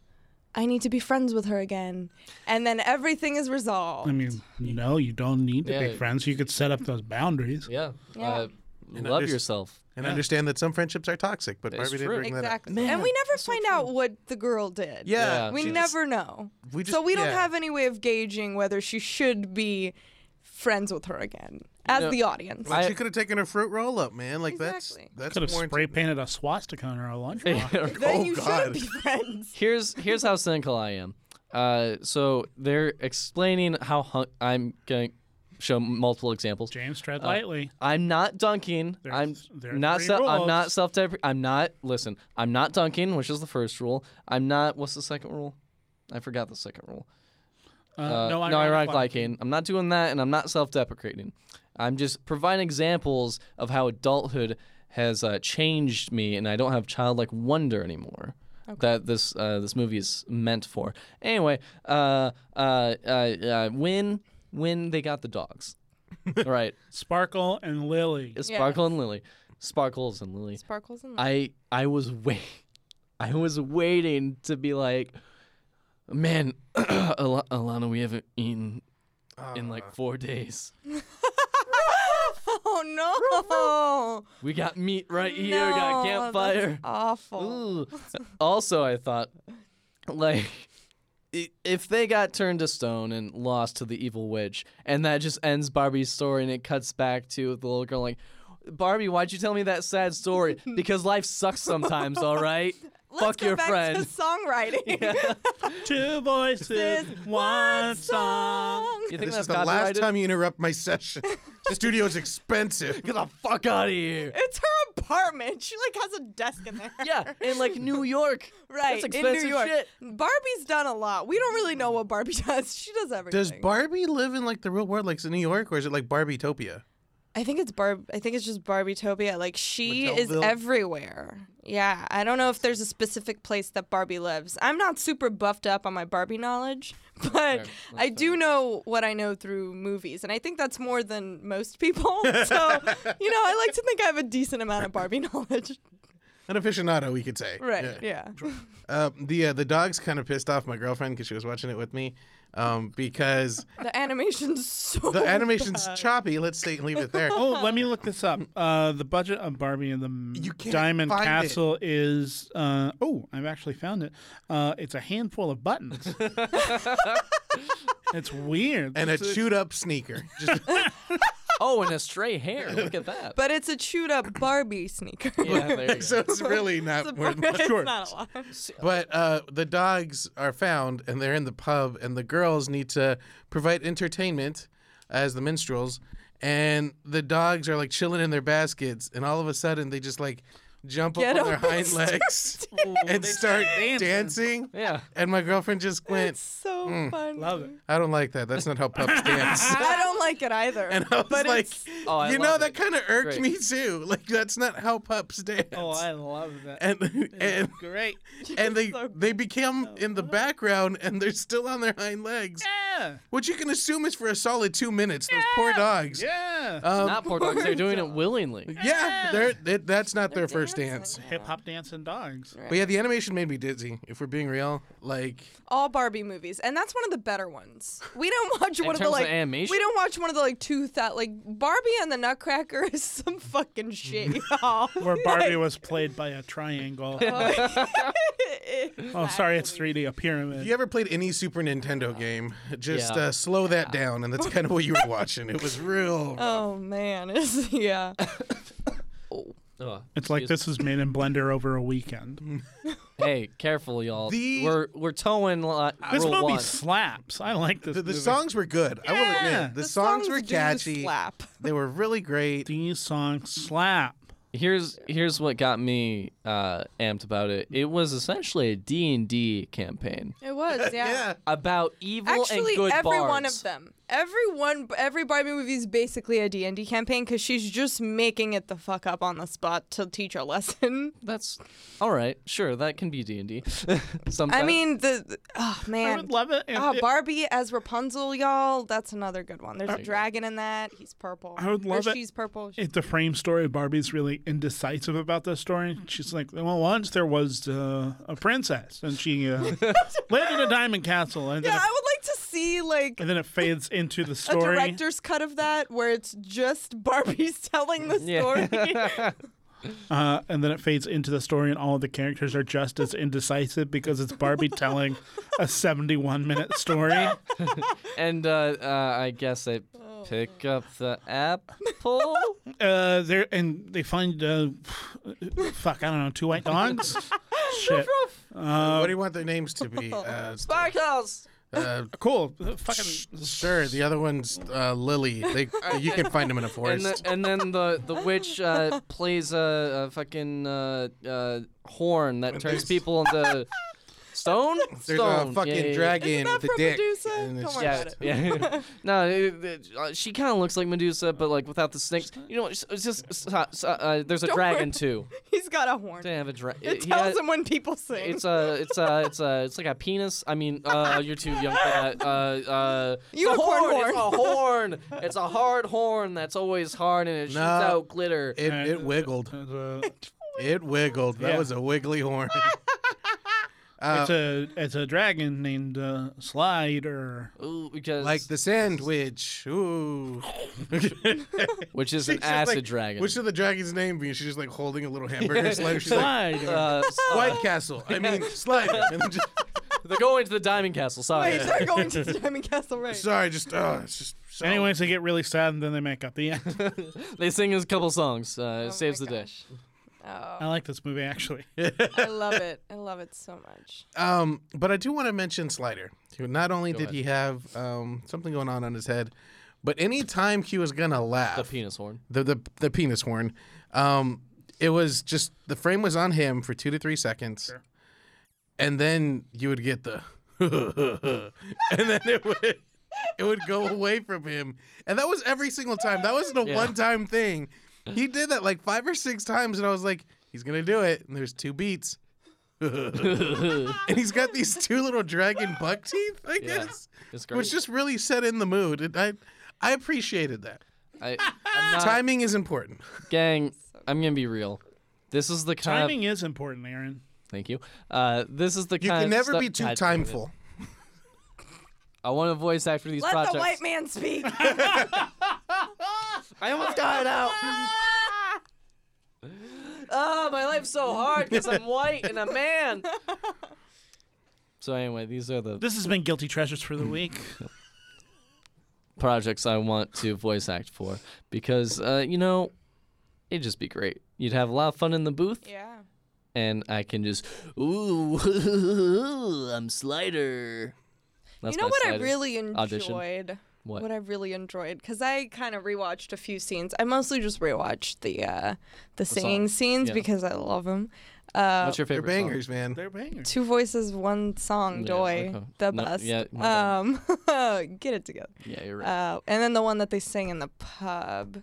[SPEAKER 3] I need to be friends with her again," and then everything is resolved.
[SPEAKER 5] I mean, no, you don't need to
[SPEAKER 4] Yeah.
[SPEAKER 5] be friends. You could set up those boundaries.
[SPEAKER 4] Yeah.
[SPEAKER 3] Yeah.
[SPEAKER 4] Uh,
[SPEAKER 2] And
[SPEAKER 4] love
[SPEAKER 2] unders-
[SPEAKER 4] yourself.
[SPEAKER 2] and understand that some friendships are toxic, but
[SPEAKER 4] It's
[SPEAKER 2] Barbie didn't
[SPEAKER 4] true.
[SPEAKER 2] bring that up.
[SPEAKER 3] exactly, and we never find out what the girl did.
[SPEAKER 2] Yeah.
[SPEAKER 4] Yeah.
[SPEAKER 3] we
[SPEAKER 2] she just-
[SPEAKER 3] never know,
[SPEAKER 2] we
[SPEAKER 3] so
[SPEAKER 2] just-
[SPEAKER 3] we don't
[SPEAKER 2] yeah.
[SPEAKER 3] have any way of gauging whether she should be friends with her again as
[SPEAKER 4] No.
[SPEAKER 3] the audience.
[SPEAKER 4] I-
[SPEAKER 2] she could have taken her fruit roll up, man. Like
[SPEAKER 3] Exactly.
[SPEAKER 2] that's
[SPEAKER 5] Could have
[SPEAKER 2] that's
[SPEAKER 5] spray painted a swastika on her lunchbox.
[SPEAKER 3] then
[SPEAKER 2] Oh,
[SPEAKER 3] you
[SPEAKER 2] God.
[SPEAKER 3] shouldn't be friends.
[SPEAKER 4] Here's here's how cynical I am. Uh, so they're explaining how hung- I'm going to show multiple examples.
[SPEAKER 5] James,
[SPEAKER 4] Uh,
[SPEAKER 5] tread lightly.
[SPEAKER 4] I'm not dunking.
[SPEAKER 5] There's-
[SPEAKER 4] I'm
[SPEAKER 5] there's
[SPEAKER 4] not.
[SPEAKER 5] three
[SPEAKER 4] Se- I'm
[SPEAKER 5] rules.
[SPEAKER 4] not self. I'm not. Listen. I'm not dunking, which is the first rule. I'm not. What's the second rule? I forgot the second rule.
[SPEAKER 5] Uh,
[SPEAKER 4] Uh,
[SPEAKER 5] no,
[SPEAKER 4] no ironic
[SPEAKER 5] like
[SPEAKER 4] liking. I'm not doing that, and I'm not self-deprecating. I'm just providing examples of how adulthood has uh, changed me, and I don't have childlike wonder anymore. That this uh, this movie is meant for. Anyway, uh, uh, uh, uh, when when they got the dogs, right?
[SPEAKER 5] Sparkle and Lily.
[SPEAKER 4] Sparkle and Lily, Sparkles and Lily.
[SPEAKER 3] Sparkles and
[SPEAKER 4] I I was wait, I was waiting to be like, man, Al- Alana, we haven't eaten in like four days.
[SPEAKER 3] Oh no!
[SPEAKER 4] We got meat right here. we got a
[SPEAKER 3] No,
[SPEAKER 4] campfire.
[SPEAKER 3] that's awful.
[SPEAKER 4] Ooh. also, I thought, like, i- if they got turned to stone and lost to the evil witch, and that just ends Barbie's story, and it cuts back to the little girl like. Barbie, why'd you tell me that sad story? Because life sucks sometimes, all right?
[SPEAKER 3] Let's
[SPEAKER 4] Fuck
[SPEAKER 3] go
[SPEAKER 4] your
[SPEAKER 3] back
[SPEAKER 4] friend.
[SPEAKER 3] To songwriting.
[SPEAKER 5] Two voices, one song.
[SPEAKER 4] You think
[SPEAKER 2] This
[SPEAKER 4] that's
[SPEAKER 2] is the last time you interrupt my session. Studio's expensive.
[SPEAKER 4] Get the fuck out of here.
[SPEAKER 3] It's her apartment. She like has a desk in there.
[SPEAKER 4] Yeah, in like New York.
[SPEAKER 3] Right
[SPEAKER 4] That's
[SPEAKER 3] in
[SPEAKER 4] expensive
[SPEAKER 3] New York.
[SPEAKER 4] shit.
[SPEAKER 3] Barbie's done a lot. We don't really know what Barbie does. She does everything.
[SPEAKER 2] Does Barbie live in like the real world, like is it New York, or is it like Barbietopia?
[SPEAKER 3] I think it's Barb. I think it's just Barbietopia. Like she is
[SPEAKER 2] Mattelville.
[SPEAKER 3] everywhere. Yeah, I don't know if there's a specific place that Barbie lives. I'm not super buffed up on my Barbie knowledge, but I do know what I know through movies, and I think that's more than most people. so, you know, I like to think I have a decent amount of Barbie knowledge.
[SPEAKER 2] An aficionado, we could say.
[SPEAKER 3] Right?
[SPEAKER 2] Yeah.
[SPEAKER 3] Yeah.
[SPEAKER 2] Uh, the uh, the dog's kind of pissed off my girlfriend because she was watching it with me, um, because
[SPEAKER 3] The animation's so.
[SPEAKER 4] Oh
[SPEAKER 2] the animation's choppy. Let's say leave it there.
[SPEAKER 5] Oh, let me look this up. Uh, the budget of Barbie and the
[SPEAKER 2] You can't
[SPEAKER 5] Diamond
[SPEAKER 2] find it.
[SPEAKER 5] Castle is. Uh, oh, I've actually found it. Uh, it's a handful of buttons. it's weird.
[SPEAKER 2] and a chewed up sneaker. Just
[SPEAKER 4] Oh, and a stray hair. Look at that.
[SPEAKER 3] But it's a chewed up Barbie sneaker.
[SPEAKER 4] yeah, Oh, there you
[SPEAKER 2] so
[SPEAKER 4] go.
[SPEAKER 2] it's really
[SPEAKER 3] It's a
[SPEAKER 2] not
[SPEAKER 3] Barbie-
[SPEAKER 2] worth.
[SPEAKER 3] it's not a lot.
[SPEAKER 2] But uh, the dogs are found and they're in the pub, and the girls need to provide entertainment as the minstrels. And the dogs are like chilling in their baskets, and all of a sudden they just like jump
[SPEAKER 3] Get
[SPEAKER 2] up on
[SPEAKER 3] up
[SPEAKER 2] their
[SPEAKER 3] and
[SPEAKER 2] hind legs and start dancing.
[SPEAKER 4] Yeah.
[SPEAKER 2] And my girlfriend just went,
[SPEAKER 3] It's so
[SPEAKER 2] Mm.
[SPEAKER 3] fun.
[SPEAKER 5] Love it.
[SPEAKER 2] I don't like that. That's not how pups dance.
[SPEAKER 3] I don't like it either.
[SPEAKER 2] And I was
[SPEAKER 3] but
[SPEAKER 2] like,
[SPEAKER 3] it's,
[SPEAKER 4] Oh, I
[SPEAKER 2] you
[SPEAKER 4] love
[SPEAKER 2] know,
[SPEAKER 4] it.
[SPEAKER 2] that kind of irked
[SPEAKER 4] Great.
[SPEAKER 2] me too. Like, that's not how pups dance.
[SPEAKER 5] Oh, I love that.
[SPEAKER 2] and and
[SPEAKER 5] Great.
[SPEAKER 2] and they
[SPEAKER 3] so
[SPEAKER 2] they become in the background and they're still on their hind legs,
[SPEAKER 5] Yeah.
[SPEAKER 2] which you can assume is for a solid two minutes. Those poor dogs.
[SPEAKER 5] Yeah.
[SPEAKER 2] Um,
[SPEAKER 4] Not poor dogs. They're doing it willingly.
[SPEAKER 2] yeah, they're, they that's not their first dance.
[SPEAKER 3] dancing.
[SPEAKER 5] Hip hop dancing dogs.
[SPEAKER 2] But yeah, the animation made me dizzy. If we're being real, like
[SPEAKER 3] all Barbie movies, and that's one of the better ones. We don't watch one of
[SPEAKER 4] terms
[SPEAKER 3] the
[SPEAKER 4] of
[SPEAKER 3] like
[SPEAKER 4] animation?
[SPEAKER 3] We don't watch one of the like two that like Barbie and the Nutcracker is some fucking shit,
[SPEAKER 4] Mm-hmm.
[SPEAKER 3] y'all.
[SPEAKER 5] Where Barbie was played by a triangle. Oh, sorry, it's 3D, a pyramid.
[SPEAKER 2] if you ever played any Super Nintendo game, just
[SPEAKER 4] Yeah.
[SPEAKER 2] uh, slow that down, and that's kind of what you were watching. It was real.
[SPEAKER 3] oh man, it's, yeah.
[SPEAKER 4] Oh,
[SPEAKER 2] Mm-hmm.
[SPEAKER 5] It's like this was made in Blender over a weekend.
[SPEAKER 4] hey, careful, y'all.
[SPEAKER 2] The-
[SPEAKER 4] We're we're towing li-
[SPEAKER 5] This
[SPEAKER 4] rule
[SPEAKER 5] movie
[SPEAKER 4] one.
[SPEAKER 5] slaps. I like this.
[SPEAKER 2] The, the
[SPEAKER 5] movie.
[SPEAKER 2] songs were good. I will
[SPEAKER 5] Yeah.
[SPEAKER 2] admit, the, songs, were
[SPEAKER 3] do
[SPEAKER 2] catchy.
[SPEAKER 3] Slap.
[SPEAKER 2] They were really great.
[SPEAKER 5] These songs slap.
[SPEAKER 4] Here's here's what got me uh, amped about it. It was essentially a D and D campaign
[SPEAKER 3] It was, yeah.
[SPEAKER 2] Yeah.
[SPEAKER 4] about evil
[SPEAKER 3] Actually,
[SPEAKER 4] and good
[SPEAKER 3] every
[SPEAKER 4] bards.
[SPEAKER 3] one of them, every one, every Barbie movie is basically a D and D campaign because she's just making it the fuck up on the spot to teach a lesson.
[SPEAKER 4] That's all right. Sure, that can be D and D.
[SPEAKER 3] I mean, the, the- oh
[SPEAKER 5] I
[SPEAKER 3] man,
[SPEAKER 5] would love it. If
[SPEAKER 3] Ah,
[SPEAKER 5] it-
[SPEAKER 3] Barbie as Rapunzel, y'all. That's another good one. There's a dragon in that. He's purple.
[SPEAKER 5] I would love
[SPEAKER 3] or
[SPEAKER 5] it
[SPEAKER 3] She's purple.
[SPEAKER 5] if the frame story of Barbie's really indecisive about this story. She's like, well, once there was uh, a princess, and she uh, lived in a diamond castle, and then,
[SPEAKER 3] yeah,
[SPEAKER 5] it,
[SPEAKER 3] I would like to see like
[SPEAKER 5] and then it fades into the
[SPEAKER 3] a
[SPEAKER 5] story.
[SPEAKER 3] director's cut of that where it's just Barbie's telling the story.
[SPEAKER 5] Uh, and then it fades into the story, and all of the characters are just as indecisive because it's Barbie telling a 71 minute story.
[SPEAKER 4] and uh, uh, I guess I pick up the apple.
[SPEAKER 5] Uh, there and they find uh, fuck, I don't know, two white dogs. Shit. Uh,
[SPEAKER 2] what do you want their names to be? Uh,
[SPEAKER 4] Sparkles.
[SPEAKER 2] uh,
[SPEAKER 5] Cool. Fucking
[SPEAKER 2] sure. The other one's uh, Lily. They, you can find them in a
[SPEAKER 4] And,
[SPEAKER 2] forest.
[SPEAKER 4] the, and then the the witch uh, plays a, a fucking uh, uh, horn that turns people into stone.
[SPEAKER 2] There's
[SPEAKER 4] stone.
[SPEAKER 2] a
[SPEAKER 4] Yeah,
[SPEAKER 2] fucking
[SPEAKER 4] yeah, yeah.
[SPEAKER 2] dragon
[SPEAKER 3] that
[SPEAKER 2] with a
[SPEAKER 3] from
[SPEAKER 2] dick.
[SPEAKER 3] Medusa?
[SPEAKER 2] and
[SPEAKER 3] Don't
[SPEAKER 2] it's
[SPEAKER 3] worry
[SPEAKER 4] Yeah,
[SPEAKER 2] just-
[SPEAKER 3] about
[SPEAKER 4] yeah. no, it, it, uh, she kind of looks like Medusa, but like without the snakes. You know, it's, it's just it's not- it's, uh, uh, there's a
[SPEAKER 3] Don't
[SPEAKER 4] dragon
[SPEAKER 3] worry.
[SPEAKER 4] too.
[SPEAKER 3] He's got a horn.
[SPEAKER 4] Didn't have a dragon.
[SPEAKER 3] It tells him when people sing.
[SPEAKER 4] It's a, it's a, it's a, it's like a penis. I mean, uh, you're too young for that. Uh, uh, it's a
[SPEAKER 3] Unicorn
[SPEAKER 4] horn. It's a horn. It's a hard horn that's always hard and it shoots
[SPEAKER 2] No.
[SPEAKER 4] out glitter.
[SPEAKER 2] It, it wiggled.
[SPEAKER 5] It's a,
[SPEAKER 2] It wiggled. That
[SPEAKER 5] Yeah.
[SPEAKER 2] was a wiggly horn. Uh,
[SPEAKER 5] it's a it's a dragon named uh, Slide or
[SPEAKER 4] Ooh, because
[SPEAKER 2] like the sandwich. Ooh.
[SPEAKER 4] which is an
[SPEAKER 2] She's just
[SPEAKER 4] acid
[SPEAKER 2] like,
[SPEAKER 4] dragon.
[SPEAKER 2] What should the dragon's name be? And she's just like holding a little hamburger slider. She's like,
[SPEAKER 5] Slide. or-
[SPEAKER 4] uh, s-
[SPEAKER 2] White Castle. I mean, slider. And then just,
[SPEAKER 4] they're going to the Diamond Castle. Sorry.
[SPEAKER 3] Wait, they're going to the Diamond Castle, right?
[SPEAKER 2] sorry, just, oh, it's just. So,
[SPEAKER 5] Anyways, they get really sad and then they make up. The end.
[SPEAKER 4] they sing us a couple songs. Uh,
[SPEAKER 3] Oh
[SPEAKER 4] it saves
[SPEAKER 3] my
[SPEAKER 4] the day.
[SPEAKER 5] I
[SPEAKER 3] Oh,
[SPEAKER 5] like this movie actually.
[SPEAKER 3] I love it. I love it so much.
[SPEAKER 2] Um, but I do want to mention Slider. who Not only did
[SPEAKER 4] ahead.
[SPEAKER 2] he have um, something going on on his head, but any time he was gonna laugh,
[SPEAKER 4] The penis horn.
[SPEAKER 2] the the, the penis horn. Um, it was just the frame was on him for two to three seconds, and then you would get the, and then it would it would go away from him, and that was every single time. That wasn't a
[SPEAKER 4] Yeah.
[SPEAKER 2] one time thing. He did that like five or six times, and I was like, he's gonna do it. And there's two beats. and he's got these two little dragon buck teeth, I
[SPEAKER 4] Yeah,
[SPEAKER 2] guess,
[SPEAKER 4] it's great.
[SPEAKER 2] which just really set in the mood. And I, I appreciated that.
[SPEAKER 4] I, I'm not,
[SPEAKER 2] Timing is important.
[SPEAKER 4] gang. I'm gonna be real. This is the kind.
[SPEAKER 5] Timing is important, Aaron.
[SPEAKER 4] Of, thank you. Uh, this is the
[SPEAKER 2] You
[SPEAKER 4] kind.
[SPEAKER 2] can
[SPEAKER 4] of
[SPEAKER 2] never
[SPEAKER 4] stu-
[SPEAKER 2] be too
[SPEAKER 4] God damn it.
[SPEAKER 2] timeful.
[SPEAKER 4] I want to voice act for these
[SPEAKER 3] Let
[SPEAKER 4] projects.
[SPEAKER 3] the white man speak.
[SPEAKER 4] I almost got it out. oh, my life's so hard because I'm white and a man. So anyway, these are the
[SPEAKER 5] This has been Guilty Treasures for the week.
[SPEAKER 4] projects I want to voice act for because uh, you know it'd just be great. You'd have a lot of fun in the booth,
[SPEAKER 3] yeah.
[SPEAKER 4] and I can just ooh, I'm Slider. That's
[SPEAKER 3] you know
[SPEAKER 4] my
[SPEAKER 3] what I
[SPEAKER 4] Slider
[SPEAKER 3] really enjoyed?
[SPEAKER 4] audition. What?
[SPEAKER 3] What? I really enjoyed because I kind of rewatched a few scenes. I mostly just rewatched the uh, the singing scenes
[SPEAKER 4] yeah.
[SPEAKER 3] because I love them. Uh,
[SPEAKER 4] What's your
[SPEAKER 2] They're
[SPEAKER 4] favorite song?
[SPEAKER 2] bangers, man.
[SPEAKER 5] They're bangers.
[SPEAKER 3] Two voices, one song,
[SPEAKER 4] Yeah,
[SPEAKER 3] doy,
[SPEAKER 4] okay.
[SPEAKER 3] the
[SPEAKER 4] No,
[SPEAKER 3] best.
[SPEAKER 4] yeah, my
[SPEAKER 3] um, get it together.
[SPEAKER 4] Yeah, you're right.
[SPEAKER 3] Uh, and then the one that they sing in the pub.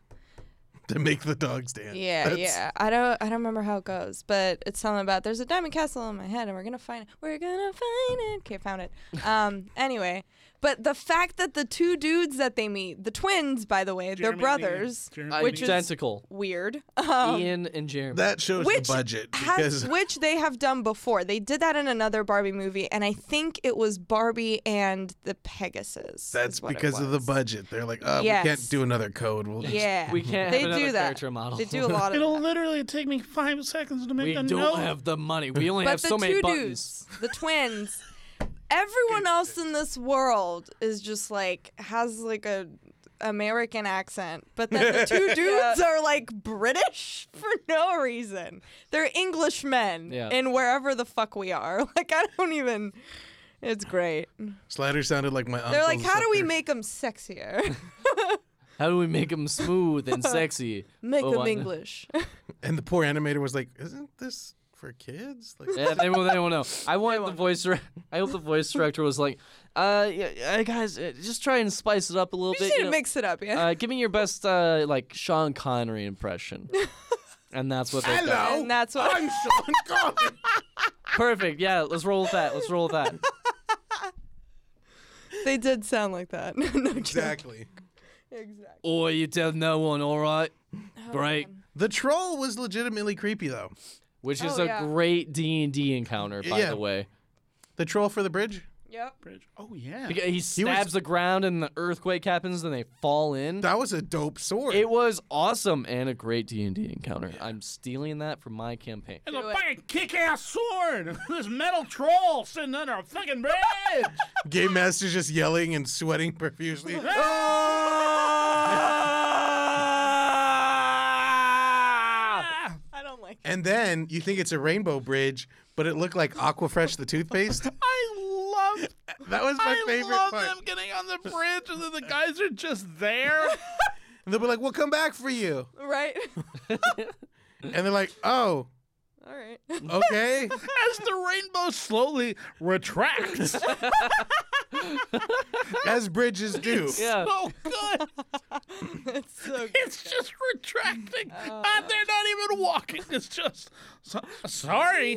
[SPEAKER 2] To make the dogs dance.
[SPEAKER 3] Yeah,
[SPEAKER 2] That's-
[SPEAKER 3] yeah. I don't, I don't remember how it goes, but it's something about there's a diamond castle in my head, and we're gonna find it. We're gonna find it. Okay, found it. Um. Anyway, but the fact that the two dudes that they meet, the twins, by the way,
[SPEAKER 5] Jeremy
[SPEAKER 3] they're
[SPEAKER 5] Lee.
[SPEAKER 3] brothers.
[SPEAKER 5] Jeremy
[SPEAKER 4] I'm
[SPEAKER 3] which
[SPEAKER 5] Lee.
[SPEAKER 3] is-
[SPEAKER 4] identical.
[SPEAKER 3] Weird. Um,
[SPEAKER 4] Ian and Jeremy.
[SPEAKER 2] That shows
[SPEAKER 3] which
[SPEAKER 2] the budget
[SPEAKER 3] has,
[SPEAKER 2] because
[SPEAKER 3] which they have done before. They did that in another Barbie movie, and I think it was Barbie and the Pegasus. is
[SPEAKER 2] that's
[SPEAKER 3] what it
[SPEAKER 2] because of the
[SPEAKER 3] was.
[SPEAKER 2] budget. They're like, oh,
[SPEAKER 3] Yes.
[SPEAKER 2] we can't do another code. We'll just
[SPEAKER 3] Yeah,
[SPEAKER 4] we can't
[SPEAKER 3] They
[SPEAKER 4] have another
[SPEAKER 3] do that.
[SPEAKER 4] character model.
[SPEAKER 3] They do a lot of.
[SPEAKER 5] It'll
[SPEAKER 3] that.
[SPEAKER 5] literally take me five seconds to make
[SPEAKER 4] We
[SPEAKER 5] a
[SPEAKER 4] don't
[SPEAKER 5] note.
[SPEAKER 4] have the money. We only
[SPEAKER 3] But
[SPEAKER 4] have
[SPEAKER 3] the
[SPEAKER 4] so many
[SPEAKER 3] two
[SPEAKER 4] buttons.
[SPEAKER 3] dudes, the twins, everyone else in this world is just like has like a American accent, but then the two dudes are like British for no reason. They're Englishmen
[SPEAKER 4] Yeah.
[SPEAKER 3] in wherever the fuck we are. Like I don't even. It's great.
[SPEAKER 2] Slider sounded like my uncle.
[SPEAKER 3] They're like, how do we make them sexier?
[SPEAKER 4] How do we make him smooth and sexy?
[SPEAKER 3] Make
[SPEAKER 4] Oh,
[SPEAKER 3] them
[SPEAKER 4] I know.
[SPEAKER 3] English.
[SPEAKER 2] And the poor animator was like, "Isn't this for kids?" Like,
[SPEAKER 4] Yeah, they won't, they won't know. I want the voice. dir- I hope the voice director was like, uh, yeah, uh, guys, uh, just try and spice it up a little
[SPEAKER 3] You
[SPEAKER 4] bit. you
[SPEAKER 3] should
[SPEAKER 4] know.
[SPEAKER 3] mix it up, yeah.
[SPEAKER 4] uh, give me your best, uh, like Sean Connery impression. And that's what they have got.
[SPEAKER 2] hello,
[SPEAKER 3] and that's what.
[SPEAKER 2] I'm Sean Connery.
[SPEAKER 4] Perfect. Yeah, let's roll with that. Let's roll with that.
[SPEAKER 3] They did sound like that. no joke.
[SPEAKER 2] exactly.
[SPEAKER 3] Exactly.
[SPEAKER 4] Or Oh, you tell no one. All right.
[SPEAKER 3] Oh,
[SPEAKER 4] Great.
[SPEAKER 2] The troll was legitimately creepy though.
[SPEAKER 4] Which is
[SPEAKER 3] Oh,
[SPEAKER 4] a
[SPEAKER 3] yeah.
[SPEAKER 4] great D and D encounter, by
[SPEAKER 2] Yeah.
[SPEAKER 4] the way.
[SPEAKER 2] The troll for the bridge.
[SPEAKER 3] Yep.
[SPEAKER 5] Bridge. Oh yeah.
[SPEAKER 4] Beca- He stabs the ground and the earthquake happens, and they fall in.
[SPEAKER 2] That was a dope sword.
[SPEAKER 4] It was awesome and a great D and D encounter. I'm stealing that for my campaign.
[SPEAKER 5] And a
[SPEAKER 3] it.
[SPEAKER 5] fucking kick-ass sword. this metal troll sitting under a fucking bridge.
[SPEAKER 2] Game Master's just yelling and sweating profusely.
[SPEAKER 3] Ah! I don't like it.
[SPEAKER 2] and then you think it's a rainbow bridge, but it looked like Aquafresh the toothpaste.
[SPEAKER 5] I love.
[SPEAKER 2] That was my
[SPEAKER 5] I
[SPEAKER 2] favorite
[SPEAKER 5] love
[SPEAKER 2] part.
[SPEAKER 5] them getting on the bridge, and then the guys are just there.
[SPEAKER 2] And they'll be like, "We'll come back for you,"
[SPEAKER 3] Right?
[SPEAKER 2] and they're like, "Oh,
[SPEAKER 3] All right.
[SPEAKER 2] okay."
[SPEAKER 5] as the rainbow slowly retracts.
[SPEAKER 2] As bridges do.
[SPEAKER 4] Yeah.
[SPEAKER 5] oh, good.
[SPEAKER 3] It's so good.
[SPEAKER 5] It's just retracting. Ah, they're not even walking. It's just. So, sorry.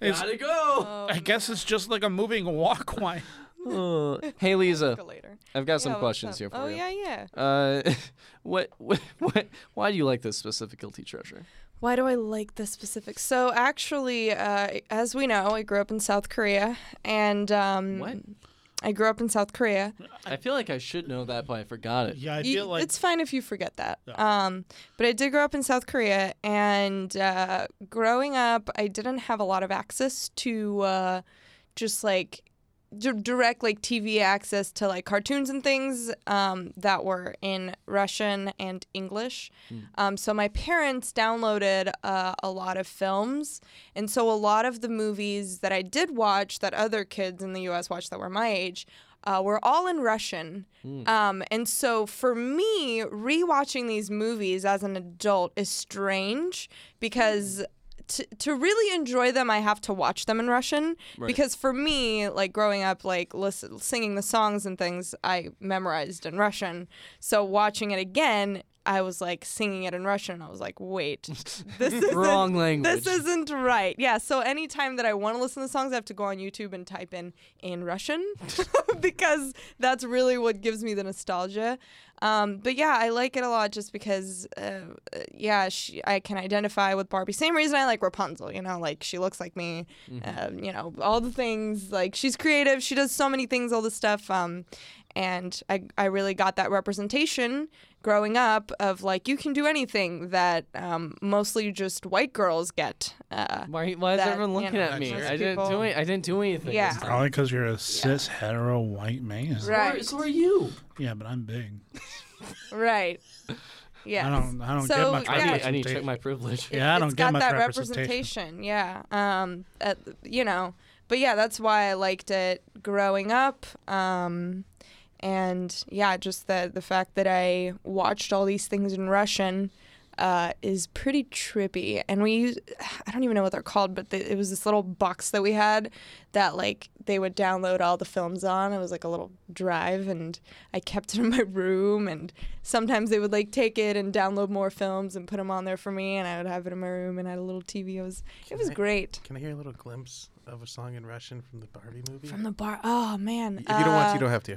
[SPEAKER 5] It's,
[SPEAKER 4] Gotta go.
[SPEAKER 5] I guess it's just like a moving walkway.
[SPEAKER 4] hey Lisa,
[SPEAKER 3] later.
[SPEAKER 4] I've got some
[SPEAKER 3] Oh. Yeah, what's
[SPEAKER 4] questions
[SPEAKER 3] up?
[SPEAKER 4] here for
[SPEAKER 3] oh,
[SPEAKER 4] you.
[SPEAKER 3] yeah, yeah.
[SPEAKER 4] Uh, what, what, what, why do you like this specific guilty treasure?
[SPEAKER 3] Why do I like this specific? So actually, uh, as we know, I grew up in South Korea, and um,
[SPEAKER 4] What?
[SPEAKER 3] I grew up in South Korea.
[SPEAKER 4] I feel like I should know that, but I forgot it.
[SPEAKER 5] Yeah, I
[SPEAKER 3] You- it's fine if you forget that. Um, but I did grow up in South Korea, and uh, growing up, I didn't have a lot of access to uh, just like d- direct like TV access to like cartoons and things um, that were in Russian and English. Um, so my parents downloaded uh, a lot of films, and so a lot of the movies that I did watch that other kids in the U.S. watched that were my age. Uh, were all in Russian. Um, and so for me, rewatching these movies as an adult is strange because to, to really enjoy them, I have to watch them in Russian. Because for me, like growing up, like listen, singing the songs and things, I memorized in Russian. So watching it again, I was like singing it in Russian. I was like, wait, this is
[SPEAKER 4] Wrong language.
[SPEAKER 3] This isn't right. Yeah. So anytime that I want to listen to songs, I have to go on YouTube and type in in Russian because that's really what gives me the nostalgia. Um, but yeah, I like it a lot just because, uh, uh, yeah, she, I can identify with Barbie. Same reason I like Rapunzel, you know, like she looks like me, um, you know, all the things. Like she's creative, she does so many things, all this stuff. Um, and I, I really got that representation growing up of like you can do anything that um, mostly just white girls get. Uh,
[SPEAKER 4] Why, why is
[SPEAKER 3] That,
[SPEAKER 4] everyone
[SPEAKER 3] you
[SPEAKER 4] looking
[SPEAKER 3] know,
[SPEAKER 4] at me?
[SPEAKER 3] most
[SPEAKER 4] I didn't do
[SPEAKER 3] people-
[SPEAKER 4] it. I didn't do anything.
[SPEAKER 3] Yeah.
[SPEAKER 4] this time.
[SPEAKER 5] Probably because you're a cis hetero white man.
[SPEAKER 3] right,
[SPEAKER 4] So are you?
[SPEAKER 5] Yeah, but I'm big.
[SPEAKER 3] right. Yeah.
[SPEAKER 5] I don't. I don't
[SPEAKER 3] So,
[SPEAKER 5] get my.
[SPEAKER 4] I
[SPEAKER 3] Yeah.
[SPEAKER 4] need, I need to check
[SPEAKER 5] representation.
[SPEAKER 4] my privilege.
[SPEAKER 5] Yeah, I don't
[SPEAKER 3] it's
[SPEAKER 5] get
[SPEAKER 3] got
[SPEAKER 5] much
[SPEAKER 3] that
[SPEAKER 5] representation.
[SPEAKER 3] representation. Yeah. Um, at, you know, but yeah, that's why I liked it growing up. Um, and yeah, just the the fact that I watched all these things in Russian uh, is pretty trippy. And we use I don't even know what they're called, but the, it was this little box that we had that like they would download all the films on. It was like a little drive, and I kept it in my room. And sometimes they would like take it and download more films and put them on there for me, and I would have it in my room and I had a little TV. It was it was
[SPEAKER 2] I-
[SPEAKER 3] great.
[SPEAKER 2] Can I hear a little glimpse of a song in Russian from the Barbie movie?
[SPEAKER 3] From the bar. Oh man.
[SPEAKER 2] if you don't want to,
[SPEAKER 3] Uh,
[SPEAKER 2] you don't have to.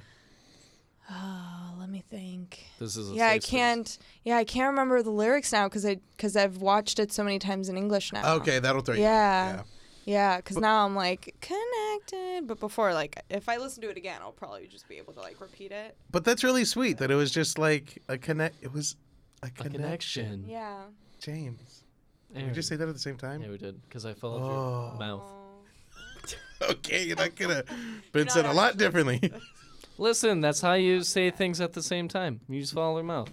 [SPEAKER 3] Oh, let me think.
[SPEAKER 4] This is a
[SPEAKER 3] Yeah, I
[SPEAKER 4] safe space.
[SPEAKER 3] can't. Yeah, I can't remember the lyrics now because I because I've watched it so many times in English now.
[SPEAKER 2] Okay, that'll throw you.
[SPEAKER 3] Uh, Yeah. Yeah, because now I'm like connected, but before like if I listen to it again, I'll probably just be able to like repeat it.
[SPEAKER 2] But that's really sweet that it was just like a connect. It was a,
[SPEAKER 4] A connection.
[SPEAKER 3] Yeah.
[SPEAKER 2] James.
[SPEAKER 4] Aaron.
[SPEAKER 2] Did you say that at the same time?
[SPEAKER 4] Yeah, we did. Because I followed
[SPEAKER 2] Oh.
[SPEAKER 4] your mouth.
[SPEAKER 2] Okay, you're not gonna. Ben
[SPEAKER 3] not
[SPEAKER 2] said a lot differently.
[SPEAKER 4] Listen, that's how you say things at the same time. You just follow their mouth,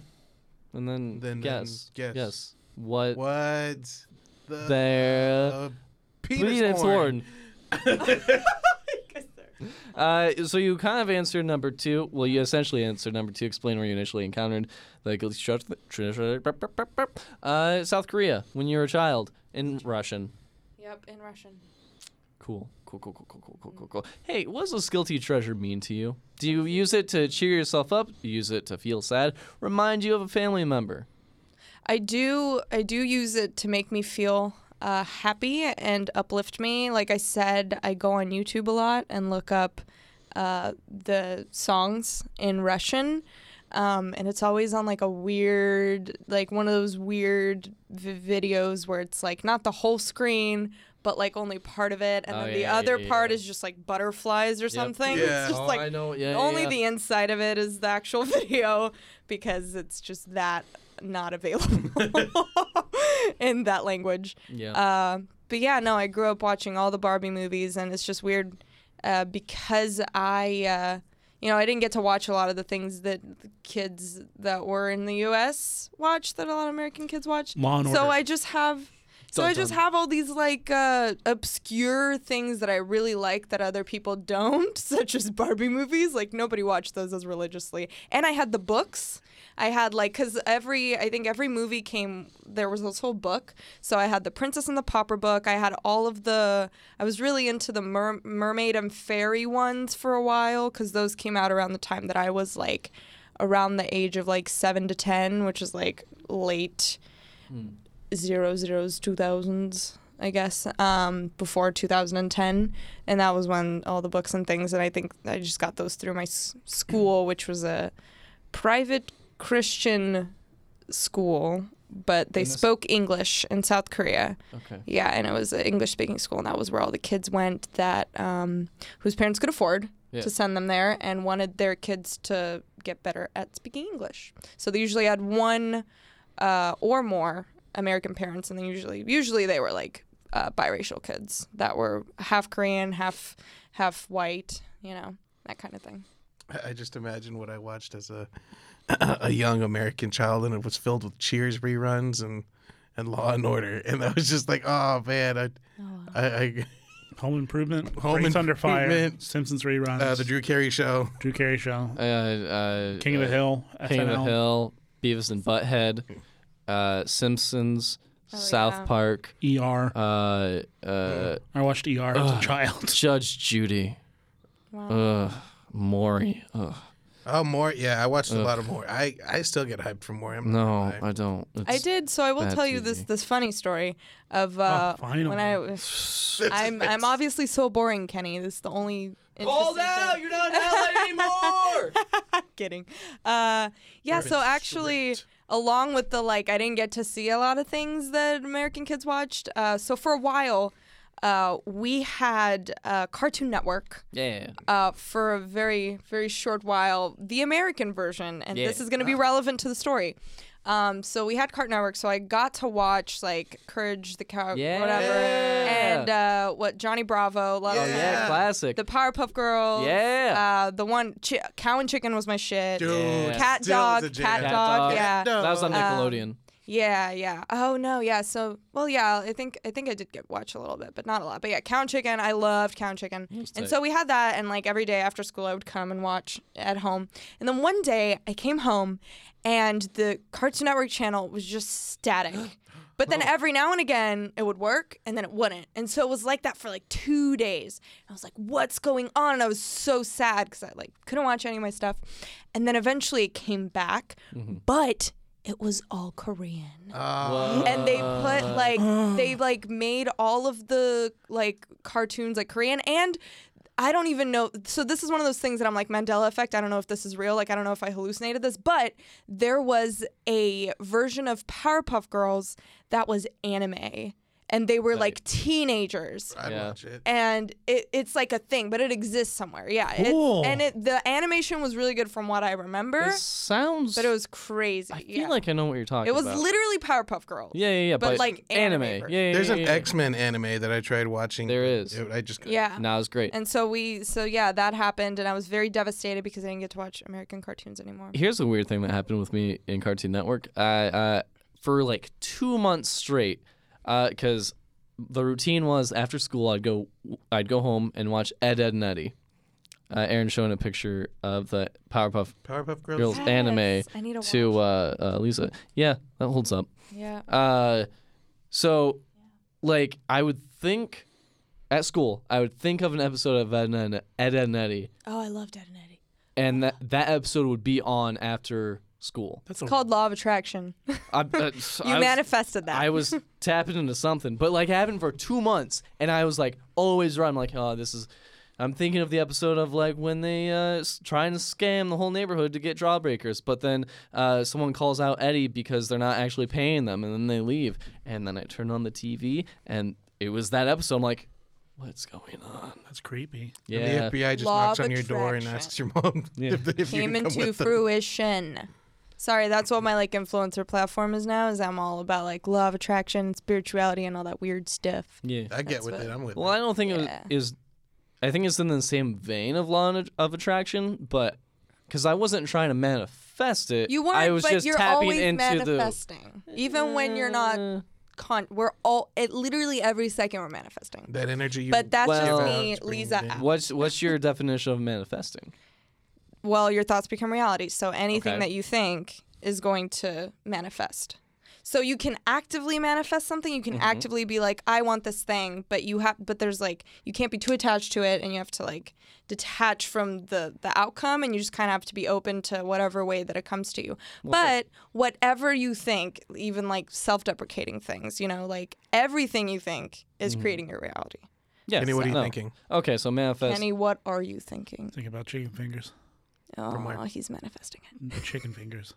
[SPEAKER 4] and then,
[SPEAKER 2] Then- then
[SPEAKER 4] guess,
[SPEAKER 2] guess.
[SPEAKER 4] guess what,
[SPEAKER 2] What the
[SPEAKER 4] their
[SPEAKER 2] uh, penis
[SPEAKER 4] penis
[SPEAKER 2] horn?
[SPEAKER 4] horn. Uh, so you kind of answered number two. Well, you essentially answered number two. Explain where you initially encountered the guilty trust- tr- tr- uh, South Korea when you were a child in Russian.
[SPEAKER 3] Yep, in Russian.
[SPEAKER 4] Cool. Cool, cool, cool, cool, cool, cool, cool, cool. Hey, what does this guilty treasure mean to you? Do you use it to cheer yourself up? Do you Use it to feel sad? Remind you of a family member?
[SPEAKER 3] I do I do use it to make me feel uh, happy and uplift me. Like I said, I go on YouTube a lot and look up uh, the songs in Russian. Um, and it's always on like a weird, like one of those weird v- videos where it's like not the whole screen, but like only part of it, and
[SPEAKER 4] Oh,
[SPEAKER 3] then the
[SPEAKER 4] yeah,
[SPEAKER 3] other
[SPEAKER 4] yeah,
[SPEAKER 3] part
[SPEAKER 4] yeah. Oh,
[SPEAKER 3] is just like butterflies or something.
[SPEAKER 2] Yeah.
[SPEAKER 3] It's just like
[SPEAKER 4] know. Yeah,
[SPEAKER 3] only the inside of it is the actual video because it's just that not available in that language.
[SPEAKER 4] Yeah.
[SPEAKER 3] Uh, but yeah, no, I grew up watching all the Barbie movies, and it's just weird uh, because I, uh, you know, I didn't get to watch a lot of the things that the kids that were in the U.S. watch that a lot of American kids watch.
[SPEAKER 5] Law and
[SPEAKER 3] So
[SPEAKER 5] Order.
[SPEAKER 3] I just have. So
[SPEAKER 4] Dun,
[SPEAKER 3] I just
[SPEAKER 4] dun.
[SPEAKER 3] have all these like uh, obscure things that I really like that other people don't, such as Barbie movies. Like nobody watched those as religiously. And I had the books. I had like because every I think every movie came there was this whole book. So I had the Princess and the Pauper book. I had all of the. I was really into the mer- mermaid and fairy ones for a while because those came out around the time that I was like around the age of like seven to ten, which is like late zero zeros two thousands I guess um, before 2010 and that was when all the books and things and I think I just got those through my s- school which was a private Christian school but they
[SPEAKER 4] And this-
[SPEAKER 3] spoke English in South Korea
[SPEAKER 4] Okay.
[SPEAKER 3] yeah and it was an English speaking school and that was where all the kids went that um, whose parents could afford
[SPEAKER 4] Yeah.
[SPEAKER 3] to send them there and wanted their kids to get better at speaking English so they usually had one uh, or more American parents, and they usually usually they were like uh, biracial kids that were half Korean, half half white, you know, that kind of thing.
[SPEAKER 2] I I just imagine what I watched as a a young American child, and it was filled with Cheers reruns and and Law and Order, and I was just like, oh man, I, I,
[SPEAKER 5] Home Improvement,
[SPEAKER 2] Home
[SPEAKER 5] Grace Under Fire,
[SPEAKER 2] Improvement.
[SPEAKER 5] Simpsons reruns,
[SPEAKER 2] I uh, the Drew Carey Show,
[SPEAKER 5] Drew Carey Show,
[SPEAKER 4] Uh, uh,
[SPEAKER 5] King of the
[SPEAKER 4] uh,
[SPEAKER 5] Hill,
[SPEAKER 4] King of the
[SPEAKER 5] SNL.
[SPEAKER 4] Hill, Beavis and Butthead, uh, Simpsons, South
[SPEAKER 3] Oh, yeah.
[SPEAKER 4] Park,
[SPEAKER 5] ER.
[SPEAKER 4] uh, uh,
[SPEAKER 5] I watched ER as a child.
[SPEAKER 4] Judge Judy,
[SPEAKER 3] Wow.
[SPEAKER 4] Ugh, Maury. Ugh.
[SPEAKER 2] oh more, yeah, I watched a lot of more. I I still get hyped for more. I'm
[SPEAKER 4] No,
[SPEAKER 2] not gonna lie.
[SPEAKER 4] I don't.
[SPEAKER 3] I
[SPEAKER 4] It's-
[SPEAKER 3] did, so I will
[SPEAKER 4] That's
[SPEAKER 3] tell you this
[SPEAKER 4] easy.
[SPEAKER 3] this funny story of uh, when I I'm I'm obviously so boring, Kenny. This is the only interesting thing-
[SPEAKER 4] You're not in LA anymore.
[SPEAKER 3] kidding. Uh, yeah,
[SPEAKER 2] Word
[SPEAKER 3] so
[SPEAKER 2] is
[SPEAKER 3] actually,
[SPEAKER 2] strict.
[SPEAKER 3] along with the like, I didn't get to see a lot of things that American kids watched. Uh, so for a while, uh, we had uh, Cartoon Network
[SPEAKER 4] yeah.
[SPEAKER 3] uh, for a very, very short while, the American version, and this
[SPEAKER 4] Yeah. Uh-huh.
[SPEAKER 3] is going to be relevant to the story. Um, so we had Cartoon Network, so I got to watch like Courage the Cow,
[SPEAKER 4] Yeah.
[SPEAKER 3] whatever, and uh, what Johnny Bravo, La La
[SPEAKER 2] Oh,
[SPEAKER 3] Land,
[SPEAKER 4] Yeah, classic.
[SPEAKER 3] the Powerpuff Girls,
[SPEAKER 4] Yeah.
[SPEAKER 3] uh, the one chi- Cow and Chicken was my shit.
[SPEAKER 2] Dude,
[SPEAKER 4] Yeah.
[SPEAKER 3] Cat
[SPEAKER 2] still
[SPEAKER 3] dog,
[SPEAKER 2] is a
[SPEAKER 4] Cat
[SPEAKER 2] jam.
[SPEAKER 3] cat, dog,
[SPEAKER 4] dog.
[SPEAKER 3] yeah,
[SPEAKER 2] Dog.
[SPEAKER 4] that was on
[SPEAKER 3] um,
[SPEAKER 2] Uh,
[SPEAKER 4] Nickelodeon.
[SPEAKER 3] yeah, yeah. Oh no, yeah. So, well, yeah. I think I think I did get watch a little bit, but not a lot. But yeah, Count Chicken. I loved Count Chicken, and
[SPEAKER 4] tight.
[SPEAKER 3] so we had that. And like every day after school, I would come and watch at home. And then one day, I came home, and the Cartoon Network channel was just static. But then every now and again it would work and then it wouldn't. And so it was like that for like two days. I was like, what's going on? And I was so sad because I like couldn't watch any of my stuff. And then eventually it came back, but it was all Korean
[SPEAKER 2] Uh,
[SPEAKER 3] and they put like they like made all of the like cartoons like Korean and I don't even know. So this is one of those things that I'm like Mandela effect. I don't know if this is real. Like I don't know if I hallucinated this, but there was a version of Powerpuff Girls that was anime. and they were like teenagers.
[SPEAKER 2] I'd
[SPEAKER 4] Yeah.
[SPEAKER 2] watch it.
[SPEAKER 3] And it, it's like a thing, but it exists somewhere. Yeah. it's-
[SPEAKER 5] Cool.
[SPEAKER 3] and it, the animation was really good from what I remember,
[SPEAKER 4] It sounds.
[SPEAKER 3] but it was crazy.
[SPEAKER 4] I feel
[SPEAKER 3] yeah.
[SPEAKER 4] like I know what you're talking
[SPEAKER 3] it was
[SPEAKER 4] about.
[SPEAKER 3] literally Powerpuff Girls.
[SPEAKER 4] Yeah, yeah, yeah.
[SPEAKER 3] but, like, anime
[SPEAKER 4] anime. Yeah,
[SPEAKER 3] version.
[SPEAKER 4] yeah,
[SPEAKER 2] There's
[SPEAKER 4] yeah,
[SPEAKER 2] an
[SPEAKER 4] yeah.
[SPEAKER 2] X Men anime that I tried watching.
[SPEAKER 4] There is.
[SPEAKER 2] It- I just
[SPEAKER 3] Yeah.
[SPEAKER 4] Now it's great.
[SPEAKER 3] And so we, so yeah, that happened, and I was very devastated because I didn't get to watch American cartoons anymore.
[SPEAKER 4] Here's a weird thing that happened with me in Cartoon Network. I uh, for like two months straight, because the routine was after school I'd go I'd go home and watch Ed Ed and Eddie. Uh, Aaron showing a picture of the Powerpuff
[SPEAKER 2] Powerpuff Girls.
[SPEAKER 4] Girls anime
[SPEAKER 3] Yes, I need to
[SPEAKER 4] to uh, uh, Lisa. Yeah, that holds up.
[SPEAKER 3] Yeah.
[SPEAKER 4] Uh, so, like, I would think at school, I would think of an episode of Ed and Ed, Ed and Eddie,
[SPEAKER 3] Oh, I love Ed and Eddie.
[SPEAKER 4] and that that episode would be on after school.
[SPEAKER 5] That's
[SPEAKER 3] It's called Law of Attraction. You
[SPEAKER 4] Oh. I, uh, I was-
[SPEAKER 3] manifested that.
[SPEAKER 4] I was tapping into something, but like it happened for two months, and I was like always right. I'm like, oh, this is. I'm thinking of the episode of like when they uh, s- trying to scam the whole neighborhood to get drawbreakers, but then uh, someone calls out Eddie because they're not actually paying them, and then they leave. And then I turn on the TV, and it was that episode. I'm like, what's going on?
[SPEAKER 5] That's creepy.
[SPEAKER 4] Yeah,
[SPEAKER 2] The FBI just
[SPEAKER 3] Law
[SPEAKER 2] knocks
[SPEAKER 3] of
[SPEAKER 2] on your door and
[SPEAKER 3] attraction.
[SPEAKER 2] asks your mom if, if you
[SPEAKER 3] Came
[SPEAKER 2] can come
[SPEAKER 3] into
[SPEAKER 2] with them.
[SPEAKER 3] fruition. Sorry, that's what my like influencer platform is now. Is I'm all about like law of attraction, and spirituality, and all that weird stuff.
[SPEAKER 4] yeah.
[SPEAKER 2] I get
[SPEAKER 3] That's
[SPEAKER 2] with
[SPEAKER 3] what-
[SPEAKER 2] it. I'm with
[SPEAKER 4] Well, I don't think
[SPEAKER 3] Yeah.
[SPEAKER 4] it was, is. I think it's in the same vein of law and- of attraction, but because I wasn't trying to manifest it,
[SPEAKER 3] You weren't,
[SPEAKER 4] I was
[SPEAKER 3] but
[SPEAKER 4] just
[SPEAKER 3] you're
[SPEAKER 4] tapping
[SPEAKER 3] always
[SPEAKER 4] into
[SPEAKER 3] manifesting, even when you're not.
[SPEAKER 4] Uh,
[SPEAKER 3] Con- we're all it literally every second we're manifesting.
[SPEAKER 2] it. That energy you.
[SPEAKER 3] But that's
[SPEAKER 4] Well-
[SPEAKER 3] just me, Lisa.
[SPEAKER 2] Spring
[SPEAKER 3] out.
[SPEAKER 4] What's what's your definition of manifesting?
[SPEAKER 3] well, your thoughts become reality. So anything
[SPEAKER 4] Okay.
[SPEAKER 3] that you think is going to manifest. So you can actively manifest something. You can actively be like, I want this thing, but you have, but there's like, you can't be too attached to it, and you have to like detach from the the outcome, and you just kind of have to be open to whatever way that it comes to you. but whatever you think, even like self-deprecating things, you know, like everything you think is creating your reality.
[SPEAKER 4] Yes.
[SPEAKER 2] Kenny, what are you
[SPEAKER 4] no.
[SPEAKER 2] thinking?
[SPEAKER 4] Okay, so manifest.
[SPEAKER 3] Kenny, what are you thinking?
[SPEAKER 5] Think about chicken fingers.
[SPEAKER 3] Oh, he's manifesting it.
[SPEAKER 5] Chicken fingers.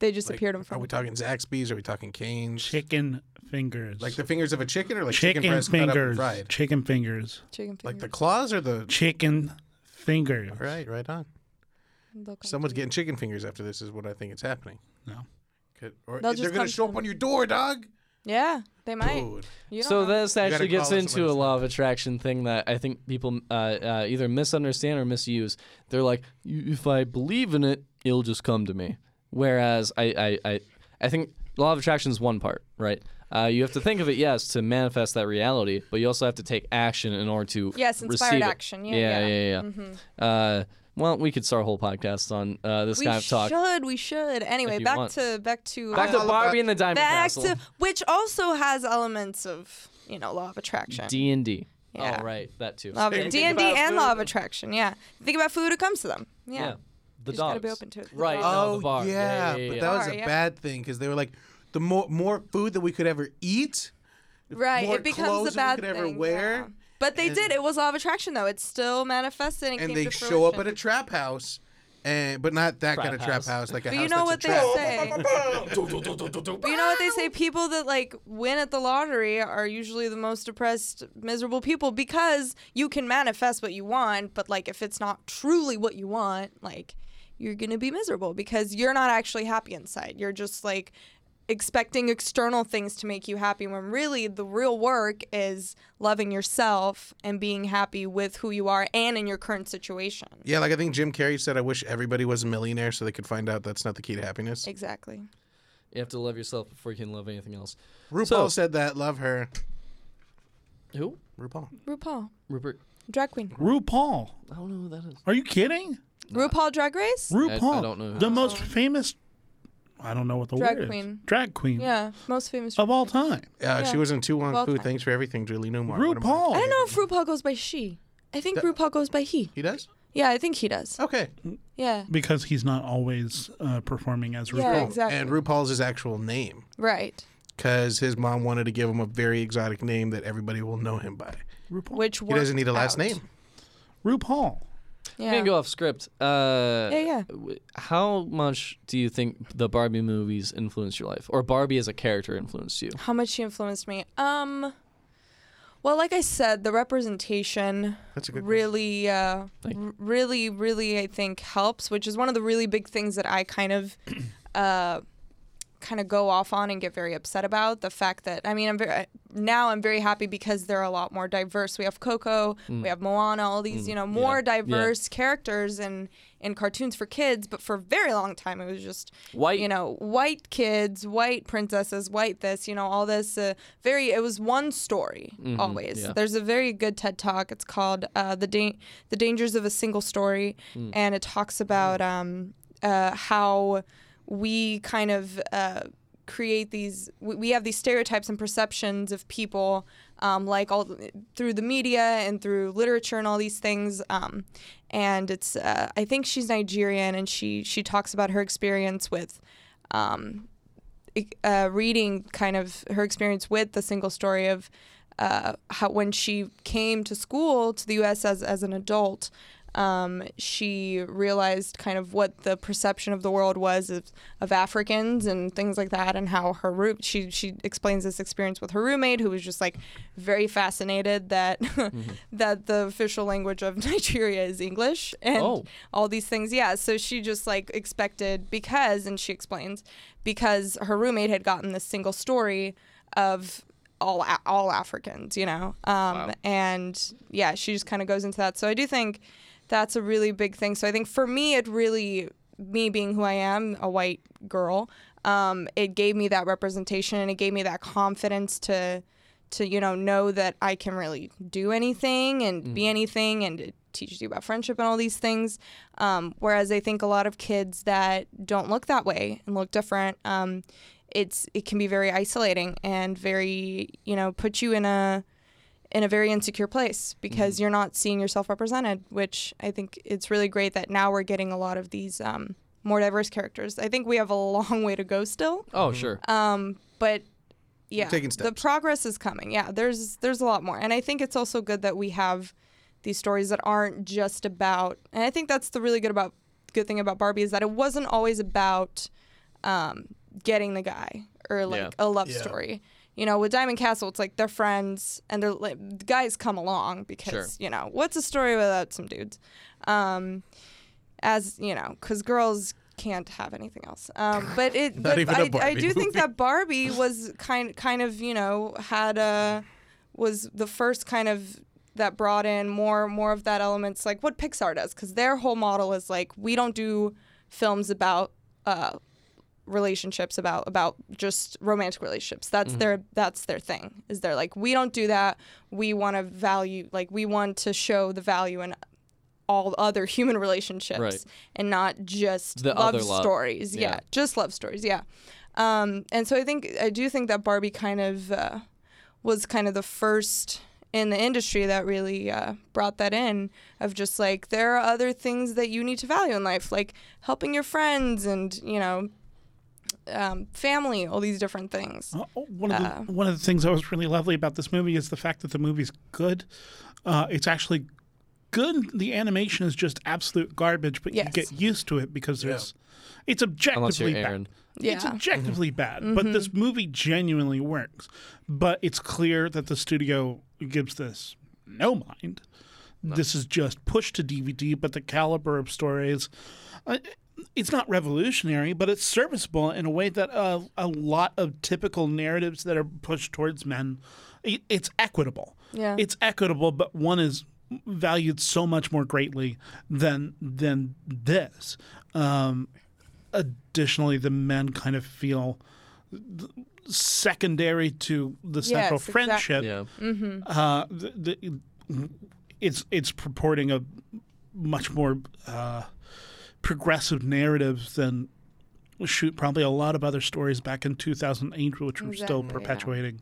[SPEAKER 3] They just
[SPEAKER 2] Like,
[SPEAKER 3] appeared in
[SPEAKER 2] Are
[SPEAKER 3] front.
[SPEAKER 2] we
[SPEAKER 3] of
[SPEAKER 2] talking Zaxby's? Are we talking Canes?
[SPEAKER 5] Chicken fingers.
[SPEAKER 2] Like the fingers of a chicken, or like chicken,
[SPEAKER 5] chicken,
[SPEAKER 2] breast cut up and
[SPEAKER 5] fingers.
[SPEAKER 2] fried?
[SPEAKER 5] Chicken fingers.
[SPEAKER 3] Chicken fingers.
[SPEAKER 2] Like the claws or the.
[SPEAKER 5] Chicken fingers.
[SPEAKER 2] Right, right on.
[SPEAKER 3] Look on
[SPEAKER 2] Someone's
[SPEAKER 3] TV.
[SPEAKER 2] getting chicken fingers after this. Is what I think is happening.
[SPEAKER 5] No.
[SPEAKER 2] Could- Or
[SPEAKER 3] They'll
[SPEAKER 2] they're
[SPEAKER 3] just
[SPEAKER 2] gonna
[SPEAKER 3] come
[SPEAKER 2] show up
[SPEAKER 3] to-
[SPEAKER 2] on your door, dog.
[SPEAKER 3] Yeah, they might.
[SPEAKER 2] Dude.
[SPEAKER 3] You don't
[SPEAKER 4] so
[SPEAKER 3] know.
[SPEAKER 4] this
[SPEAKER 2] gotta
[SPEAKER 4] actually gets
[SPEAKER 2] call it
[SPEAKER 4] into a
[SPEAKER 2] somebody's
[SPEAKER 4] law of attraction thing that I think people uh, uh, either misunderstand or misuse. They're like, "You- if I believe in it, it'll just come to me. Whereas I, I, I, I think law of attraction is one part, right? Uh, you have to think of it, yes, to manifest that reality, but you also have to take action in order to
[SPEAKER 3] Yes, inspired
[SPEAKER 4] receive it.
[SPEAKER 3] action. Yeah,
[SPEAKER 4] yeah,
[SPEAKER 3] yeah. Mm-hmm.
[SPEAKER 4] yeah. yeah. Uh, well, we could start a whole podcast on uh, this
[SPEAKER 3] we
[SPEAKER 4] kind of talk.
[SPEAKER 3] should. We should. Anyway,
[SPEAKER 4] you
[SPEAKER 3] back
[SPEAKER 4] want.
[SPEAKER 3] to back to
[SPEAKER 4] Back
[SPEAKER 3] uh,
[SPEAKER 4] to Barbie and the Diamond
[SPEAKER 3] back
[SPEAKER 4] Castle.
[SPEAKER 3] to which also has elements of you know law of attraction.
[SPEAKER 4] D and D.
[SPEAKER 3] Yeah.
[SPEAKER 4] Oh, right, that too.
[SPEAKER 3] Law of-
[SPEAKER 2] Think
[SPEAKER 3] D&D
[SPEAKER 2] about
[SPEAKER 3] and law of
[SPEAKER 2] food.
[SPEAKER 3] attraction. Yeah, think about food. It comes to them. Yeah.
[SPEAKER 4] yeah. The
[SPEAKER 3] You just
[SPEAKER 4] dogs.
[SPEAKER 3] gotta be open to it. The
[SPEAKER 4] Right.
[SPEAKER 3] dogs.
[SPEAKER 4] no, the bar. Yeah, yeah, yeah,
[SPEAKER 2] Oh, but
[SPEAKER 4] yeah.
[SPEAKER 2] that was
[SPEAKER 3] Bar,
[SPEAKER 2] a
[SPEAKER 3] yeah.
[SPEAKER 2] bad thing because they were like, the more more food that we could ever eat.
[SPEAKER 3] right.
[SPEAKER 2] more
[SPEAKER 3] it becomes
[SPEAKER 2] clothes
[SPEAKER 3] a
[SPEAKER 2] than we
[SPEAKER 3] bad
[SPEAKER 2] could ever
[SPEAKER 3] thing.
[SPEAKER 2] wear,
[SPEAKER 3] yeah. But they
[SPEAKER 2] and-
[SPEAKER 3] did. It was law of attraction, though. It still manifested and,
[SPEAKER 2] and
[SPEAKER 3] came
[SPEAKER 2] they
[SPEAKER 3] to
[SPEAKER 2] show up
[SPEAKER 3] fruition.
[SPEAKER 2] at a trap house, and but not that kind of trap
[SPEAKER 4] house.
[SPEAKER 2] house, like a
[SPEAKER 3] But
[SPEAKER 2] house
[SPEAKER 3] you know what
[SPEAKER 2] that's
[SPEAKER 3] they say. But you know what they say? People that like win at the lottery are usually the most depressed, miserable people because you can manifest what you want, but like if it's not truly what you want, like you're gonna be miserable because you're not actually happy inside. You're just like expecting external things to make you happy when really the real work is loving yourself and being happy with who you are and in your current situation.
[SPEAKER 2] Yeah, like I think Jim Carrey said, I wish everybody was a millionaire so they could find out that's not the key to happiness.
[SPEAKER 3] Exactly.
[SPEAKER 4] You have to love yourself before you can love anything else.
[SPEAKER 2] RuPaul
[SPEAKER 4] So-
[SPEAKER 2] said that. Love her.
[SPEAKER 4] Who?
[SPEAKER 2] RuPaul.
[SPEAKER 3] RuPaul,
[SPEAKER 4] Rupert.
[SPEAKER 3] drag queen.
[SPEAKER 5] RuPaul.
[SPEAKER 4] I don't know who that is.
[SPEAKER 5] Are you kidding?
[SPEAKER 3] RuPaul Drag Race?
[SPEAKER 5] RuPaul.
[SPEAKER 4] don't know who
[SPEAKER 5] The
[SPEAKER 4] that
[SPEAKER 5] most famous. I don't know what the
[SPEAKER 3] Drag
[SPEAKER 5] word
[SPEAKER 3] queen.
[SPEAKER 5] is. Drag queen.
[SPEAKER 3] Yeah, most famous.
[SPEAKER 5] Of all time.
[SPEAKER 2] Uh, She was in Two Wong
[SPEAKER 3] Well
[SPEAKER 2] Fu.
[SPEAKER 3] done.
[SPEAKER 2] Thanks for everything, Julie Newmar. What am
[SPEAKER 5] RuPaul.
[SPEAKER 3] I don't know if RuPaul goes by she. I think RuPaul goes by he.
[SPEAKER 2] He does?
[SPEAKER 3] Yeah, I think he does.
[SPEAKER 2] Okay.
[SPEAKER 3] Yeah.
[SPEAKER 5] Because he's not always uh, performing as RuPaul.
[SPEAKER 3] Yeah, exactly.
[SPEAKER 2] And RuPaul's his actual name
[SPEAKER 3] right.
[SPEAKER 2] because his mom wanted to give him a very exotic name that everybody will know him by.
[SPEAKER 5] RuPaul.
[SPEAKER 3] Which
[SPEAKER 2] He doesn't need a last name.
[SPEAKER 5] RuPaul.
[SPEAKER 4] I'm
[SPEAKER 3] Yeah.
[SPEAKER 4] gonna go off script. Uh,
[SPEAKER 3] Yeah, yeah.
[SPEAKER 4] w- How much do you think the Barbie movies influenced your life, or Barbie as a character influenced you?
[SPEAKER 3] How much she influenced me? Um, well, like I said, the representation
[SPEAKER 2] That's a good.
[SPEAKER 3] really, uh,
[SPEAKER 4] Thank you.
[SPEAKER 3] r- really, really, I think helps, which is one of the really big things that I kind of, uh, kind of go off on and get very upset about the fact that I mean I'm very now I'm very happy because they're a lot more diverse. We have Coco, we have Moana, all these you know more diverse characters and in cartoons for kids, but for a very long time it was just
[SPEAKER 4] White.
[SPEAKER 3] you know white kids, white princesses, white this you know all this uh, very it was one story always.
[SPEAKER 4] yeah.
[SPEAKER 3] There's a very good TED talk. It's called uh, the da- the dangers of a single story, and it talks about um, uh, how we kind of uh, create these we, we have these stereotypes and perceptions of people um, like all through the media and through literature and all these things um, and it's uh, i think she's nigerian and she she talks about her experience with um, e- uh, reading kind of her experience with the single story of uh, how when she came to school to the U.S. as as an adult, um, she realized kind of what the perception of the world was of, of Africans and things like that, and how her root she she explains this experience with her roommate who was just like very fascinated that that the official language of Nigeria is English and
[SPEAKER 4] Oh.
[SPEAKER 3] all these things. Yeah, so she just like expected because, and she explains because her roommate had gotten this single story of all a- all Africans, you know, um, and yeah, she just kind of goes into that. So I do think that's a really big thing. So I think for me, it really me being who I am, a white girl, um, it gave me that representation and it gave me that confidence to to you know know that I can really do anything and be anything and it teaches you about friendship and all these things um, whereas I think a lot of kids that don't look that way and look different um, it's it can be very isolating and very you know put you in a in a very insecure place because you're not seeing yourself represented which I think it's really great that now we're getting a lot of these um, more diverse characters I think we have a long way to go still
[SPEAKER 4] Oh, sure.
[SPEAKER 3] um, but yeah,
[SPEAKER 2] taking
[SPEAKER 3] the
[SPEAKER 2] steps.
[SPEAKER 3] progress is coming. Yeah, there's there's a lot more, and I think it's also good that we have these stories that aren't just about. And I think that's the really good about good thing about Barbie is that it wasn't always about um, getting the guy or like
[SPEAKER 4] Yeah.
[SPEAKER 3] a love
[SPEAKER 5] Yeah.
[SPEAKER 3] story. You know, with Diamond Castle, it's like they're friends and they're like, the guys come along because
[SPEAKER 4] Sure.
[SPEAKER 3] you know what's a story without some dudes. Um, as you know, because girls can't have anything else. Um, but it,
[SPEAKER 2] Not
[SPEAKER 3] but
[SPEAKER 2] even a
[SPEAKER 3] I, I
[SPEAKER 2] Barbie
[SPEAKER 3] do think
[SPEAKER 2] movie.
[SPEAKER 3] that Barbie was kind, kind of, you know, had a, was the first kind of that brought in more, more of that elements like what Pixar does, because their whole model is like we don't do films about uh, relationships about about just romantic relationships that's
[SPEAKER 4] Mm-hmm.
[SPEAKER 3] their that's their thing is they're like we don't do that we want to value like we want to show the value in all other human relationships
[SPEAKER 4] Right.
[SPEAKER 3] and not just
[SPEAKER 4] The
[SPEAKER 3] love
[SPEAKER 4] other love.
[SPEAKER 3] stories yeah.
[SPEAKER 4] Yeah.
[SPEAKER 3] just love stories yeah um and so i think i do think that barbie kind of uh, was kind of the first in the industry that really uh, brought that in of just like there are other things that you need to value in life like helping your friends and you know um, family all these different things
[SPEAKER 5] Uh, one of the one of the things that was really lovely about this movie is the fact that the movie's good. Uh, it's actually good. The animation is just absolute garbage, but
[SPEAKER 3] Yes.
[SPEAKER 5] you get used to it because there's
[SPEAKER 4] Unless
[SPEAKER 5] it's
[SPEAKER 4] you're
[SPEAKER 5] objectively
[SPEAKER 4] Aaron.
[SPEAKER 5] bad. It's
[SPEAKER 3] Yeah.
[SPEAKER 5] objectively bad, but this movie genuinely works. But it's clear that the studio gives this no mind. This is just pushed to DVD, but the caliber of stories uh, it's not revolutionary, but it's serviceable in a way that uh, a lot of typical narratives that are pushed towards men, i it's equitable.
[SPEAKER 3] Yeah.
[SPEAKER 5] it's equitable, but one is valued so much more greatly than than this. Um, additionally, the men kind of feel th- secondary to the central
[SPEAKER 3] exact-
[SPEAKER 5] friendship.
[SPEAKER 4] Yeah.
[SPEAKER 5] Uh, the, the, it's it's purporting a much more uh, progressive narrative than shoot probably a lot of other stories back in 2008, which we're still
[SPEAKER 3] Exactly, yeah.
[SPEAKER 5] perpetuating.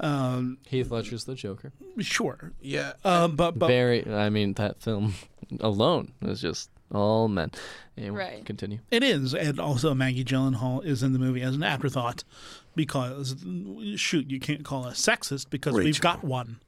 [SPEAKER 3] Mm.
[SPEAKER 4] Heath Ledger's the Joker.
[SPEAKER 5] Sure,
[SPEAKER 2] Yeah.
[SPEAKER 5] um, but but
[SPEAKER 4] Very. I mean, that film alone is just all men. Anyway,
[SPEAKER 3] Right.
[SPEAKER 4] Continue.
[SPEAKER 5] it is, and also Maggie Gyllenhaal is in the movie as an afterthought because shoot, you can't call us sexist because we've got one.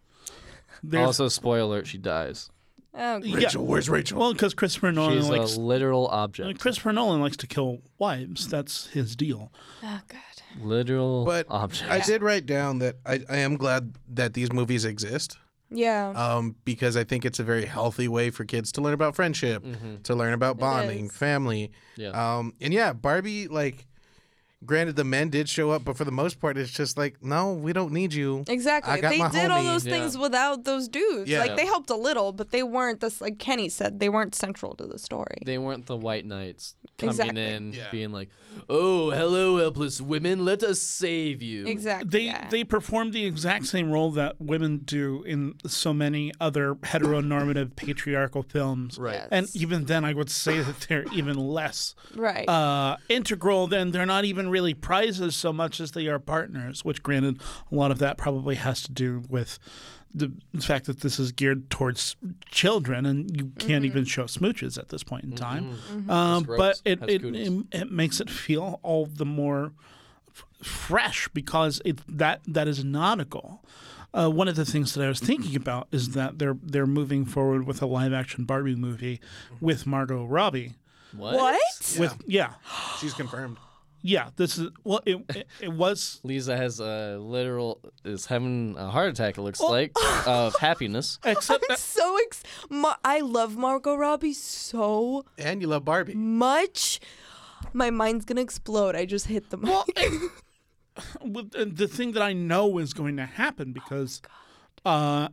[SPEAKER 5] There's
[SPEAKER 4] also, spoiler: alert, she dies.
[SPEAKER 3] Oh, great.
[SPEAKER 5] Rachel,
[SPEAKER 2] where's Rachel?
[SPEAKER 5] Well, because Christopher
[SPEAKER 2] Oh,
[SPEAKER 5] Nolan
[SPEAKER 4] She's
[SPEAKER 5] likes
[SPEAKER 4] a literal
[SPEAKER 5] uh,
[SPEAKER 4] object.
[SPEAKER 5] Christopher Nolan likes to kill wives. That's his deal.
[SPEAKER 3] oh God.
[SPEAKER 4] Literal
[SPEAKER 2] But
[SPEAKER 4] object.
[SPEAKER 2] I did write down that I, I am glad that these movies exist
[SPEAKER 3] Yeah.
[SPEAKER 2] um, because I think it's a very healthy way for kids to learn about friendship, to learn about bonding,
[SPEAKER 3] is.
[SPEAKER 2] family.
[SPEAKER 4] yeah.
[SPEAKER 2] Um, and yeah, Barbie, like, granted, the men did show up, but for the most part, it's just like, no, we don't need you. I
[SPEAKER 3] Exactly.
[SPEAKER 2] got
[SPEAKER 3] They
[SPEAKER 2] my
[SPEAKER 3] did all
[SPEAKER 2] homie.
[SPEAKER 3] those
[SPEAKER 4] Yeah.
[SPEAKER 3] things without those dudes.
[SPEAKER 2] Yeah.
[SPEAKER 3] Like they helped a little, but they weren't this like Kenny said, they weren't central to the story.
[SPEAKER 4] They weren't the white knights coming
[SPEAKER 3] Exactly.
[SPEAKER 4] in
[SPEAKER 2] Yeah.
[SPEAKER 4] being like, "Oh, hello, helpless women, let us save you."
[SPEAKER 3] exactly.
[SPEAKER 5] They
[SPEAKER 3] yeah.
[SPEAKER 5] they perform the exact same role that women do in so many other heteronormative patriarchal films.
[SPEAKER 4] Right.
[SPEAKER 3] Yes.
[SPEAKER 5] And even then, I would say that they're even less
[SPEAKER 3] right.
[SPEAKER 5] uh, integral. Then they're not even really prizes so much as they are partners. Which, granted, a lot of that probably has to do with the fact that this is geared towards children, and you can't even show smooches at this point in time. Um,
[SPEAKER 4] Just
[SPEAKER 5] but
[SPEAKER 4] ropes.
[SPEAKER 5] it
[SPEAKER 4] Has
[SPEAKER 5] it,
[SPEAKER 4] cooties.
[SPEAKER 5] it it makes it feel all the more f- fresh because it that that is nautical. Uh, one of the things that I was thinking about is that they're they're moving forward with a live action Barbie movie with Margot Robbie.
[SPEAKER 4] What?
[SPEAKER 3] what?
[SPEAKER 5] With yeah,
[SPEAKER 2] She's confirmed.
[SPEAKER 5] yeah, this is well. It it, it was
[SPEAKER 4] Lisa has a literal is having a heart attack. It looks like of happiness.
[SPEAKER 5] except
[SPEAKER 3] I'm so ex- Mar- I love Margot Robbie so
[SPEAKER 2] And you love Barbie.
[SPEAKER 3] much. My mind's gonna explode. I just hit the mic.
[SPEAKER 5] with uh, the thing that I know is going to happen because, uh,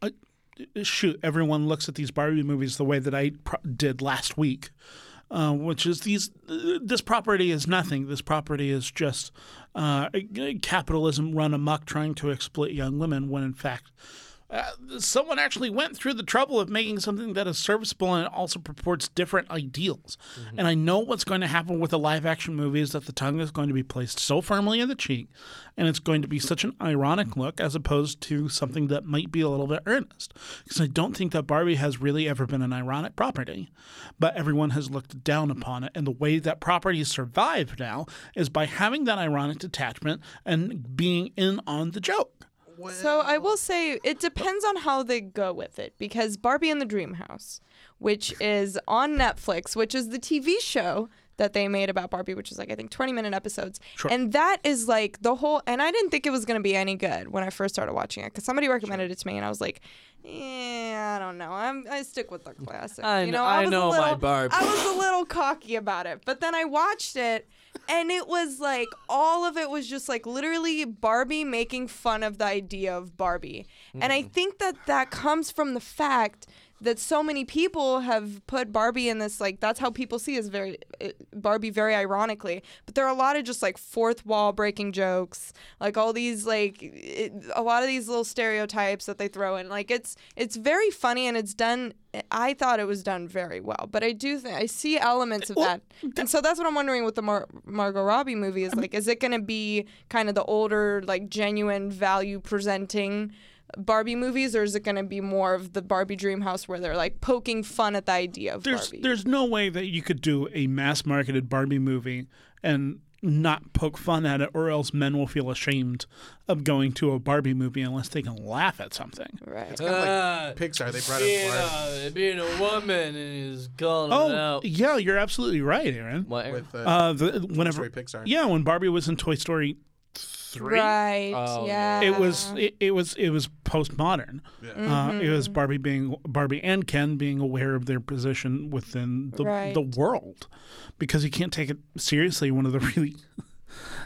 [SPEAKER 5] I, uh, shoot, everyone looks at these Barbie movies the way that I pro- did last week, uh, which is these. Uh, this property is nothing. This property is just uh, capitalism run amok trying to exploit young women. When in fact. Uh, someone actually went through the trouble of making something that is serviceable and also purports different ideals. And I know what's going to happen with a live action movie is that the tongue is going to be placed so firmly in the cheek and it's going to be such an ironic look as opposed to something that might be a little bit earnest. Because I don't think that Barbie has really ever been an ironic property, but everyone has looked down upon it. And the way that properties survive now is by having that ironic detachment and being in on the joke.
[SPEAKER 3] So I will say it depends on how they go with it because Barbie and the Dream House, which is on Netflix, which is the TV show that they made about Barbie, which is like I think 20 minute episodes. And that is like the whole and I didn't think it was going to be any good when I first started watching it cuz somebody recommended it to me and I was like, "Yeah, I don't know. I'm I stick with the classic."
[SPEAKER 4] I
[SPEAKER 3] you
[SPEAKER 4] kn-
[SPEAKER 3] know,
[SPEAKER 4] I
[SPEAKER 3] was a
[SPEAKER 4] know my
[SPEAKER 3] little-
[SPEAKER 4] Barbie.
[SPEAKER 3] I was a little cocky about it, but then I watched it and it was like all of it was just like literally Barbie making fun of the idea of Barbie. And I think that that comes from the fact that so many people have put Barbie in this like that's how people see is very uh, Barbie very ironically. But there are a lot of just like fourth wall breaking jokes, like all these like it, a lot of these little stereotypes that they throw in. Like it's it's very funny and it's done I thought it was done very well, but I do think I see elements of that, and so that's what I'm wondering with the Mar- Margot Robbie movie is like, is it going to be kind of the older, like genuine value presenting Barbie movies, or is it going to be more of the Barbie Dream House where they're like poking fun at the idea of
[SPEAKER 5] there's
[SPEAKER 3] Barbie?
[SPEAKER 5] there's no way that you could do a mass marketed Barbie movie and not poke fun at it, or else men will feel ashamed of going to a Barbie movie unless they can laugh at something.
[SPEAKER 3] right.
[SPEAKER 2] Pixar, they brought in Barbie
[SPEAKER 4] being a woman and he's calling
[SPEAKER 5] Oh,
[SPEAKER 4] it out.
[SPEAKER 5] yeah, you're absolutely right, Aaron.
[SPEAKER 4] What? Aaron?
[SPEAKER 2] with uh,
[SPEAKER 5] Uh, the, whenever,
[SPEAKER 2] Toy Pixar.
[SPEAKER 5] yeah, when Barbie was in Toy Story three,
[SPEAKER 3] Right.
[SPEAKER 4] Oh,
[SPEAKER 3] yeah. Mm-hmm.
[SPEAKER 5] it was it, it was it was postmodern. Uh, it was Barbie being Barbie and Ken being aware of their position within the the
[SPEAKER 3] Right.
[SPEAKER 5] world, because you can't take it seriously. One of the really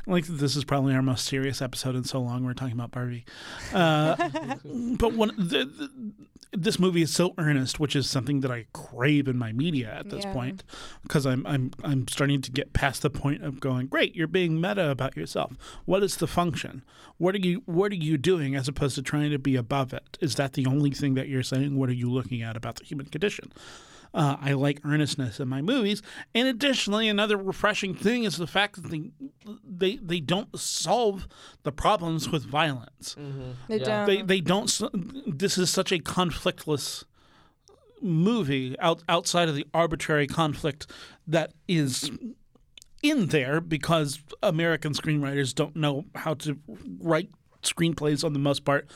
[SPEAKER 5] like this is probably our most serious episode in so long. We're talking about Barbie, uh, but one the, the, this movie is so earnest, which is something that I crave in my media at this
[SPEAKER 3] Yeah.
[SPEAKER 5] point, because I'm I'm I'm starting to get past the point of going, great, you're being meta about yourself. What is the function? What are you What are you doing as opposed to trying to be above it? Is that the only thing that you're saying? What are you looking at about the human condition? Uh, I like earnestness in my movies, and additionally, another refreshing thing is the fact that they they, they don't solve the problems with violence
[SPEAKER 3] They don't.
[SPEAKER 5] they they don't. s- This is such a conflictless movie out, outside of the arbitrary conflict that is in there because American screenwriters don't know how to write screenplays on the most part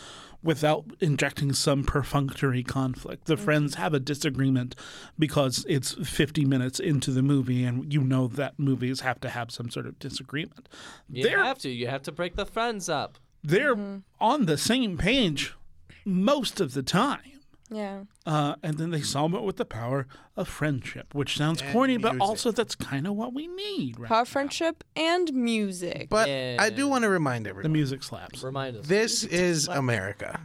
[SPEAKER 5] without injecting some perfunctory conflict. The friends have a disagreement because it's 50 minutes into the movie and you know that movies have to have some sort of disagreement.
[SPEAKER 4] You
[SPEAKER 5] They're
[SPEAKER 4] have to. You have to break the friends up.
[SPEAKER 5] they're
[SPEAKER 3] Mm-hmm.
[SPEAKER 5] on the same page most of the time.
[SPEAKER 3] Yeah.
[SPEAKER 5] Uh, and then they solve it with the power of friendship, which sounds corny, but
[SPEAKER 2] music.
[SPEAKER 5] also that's kind of what we need. Right?
[SPEAKER 3] Power friendship and music.
[SPEAKER 2] But
[SPEAKER 4] Yeah.
[SPEAKER 2] I do want to remind
[SPEAKER 5] The
[SPEAKER 2] everyone
[SPEAKER 5] music slaps.
[SPEAKER 4] Remind us.
[SPEAKER 2] this is America.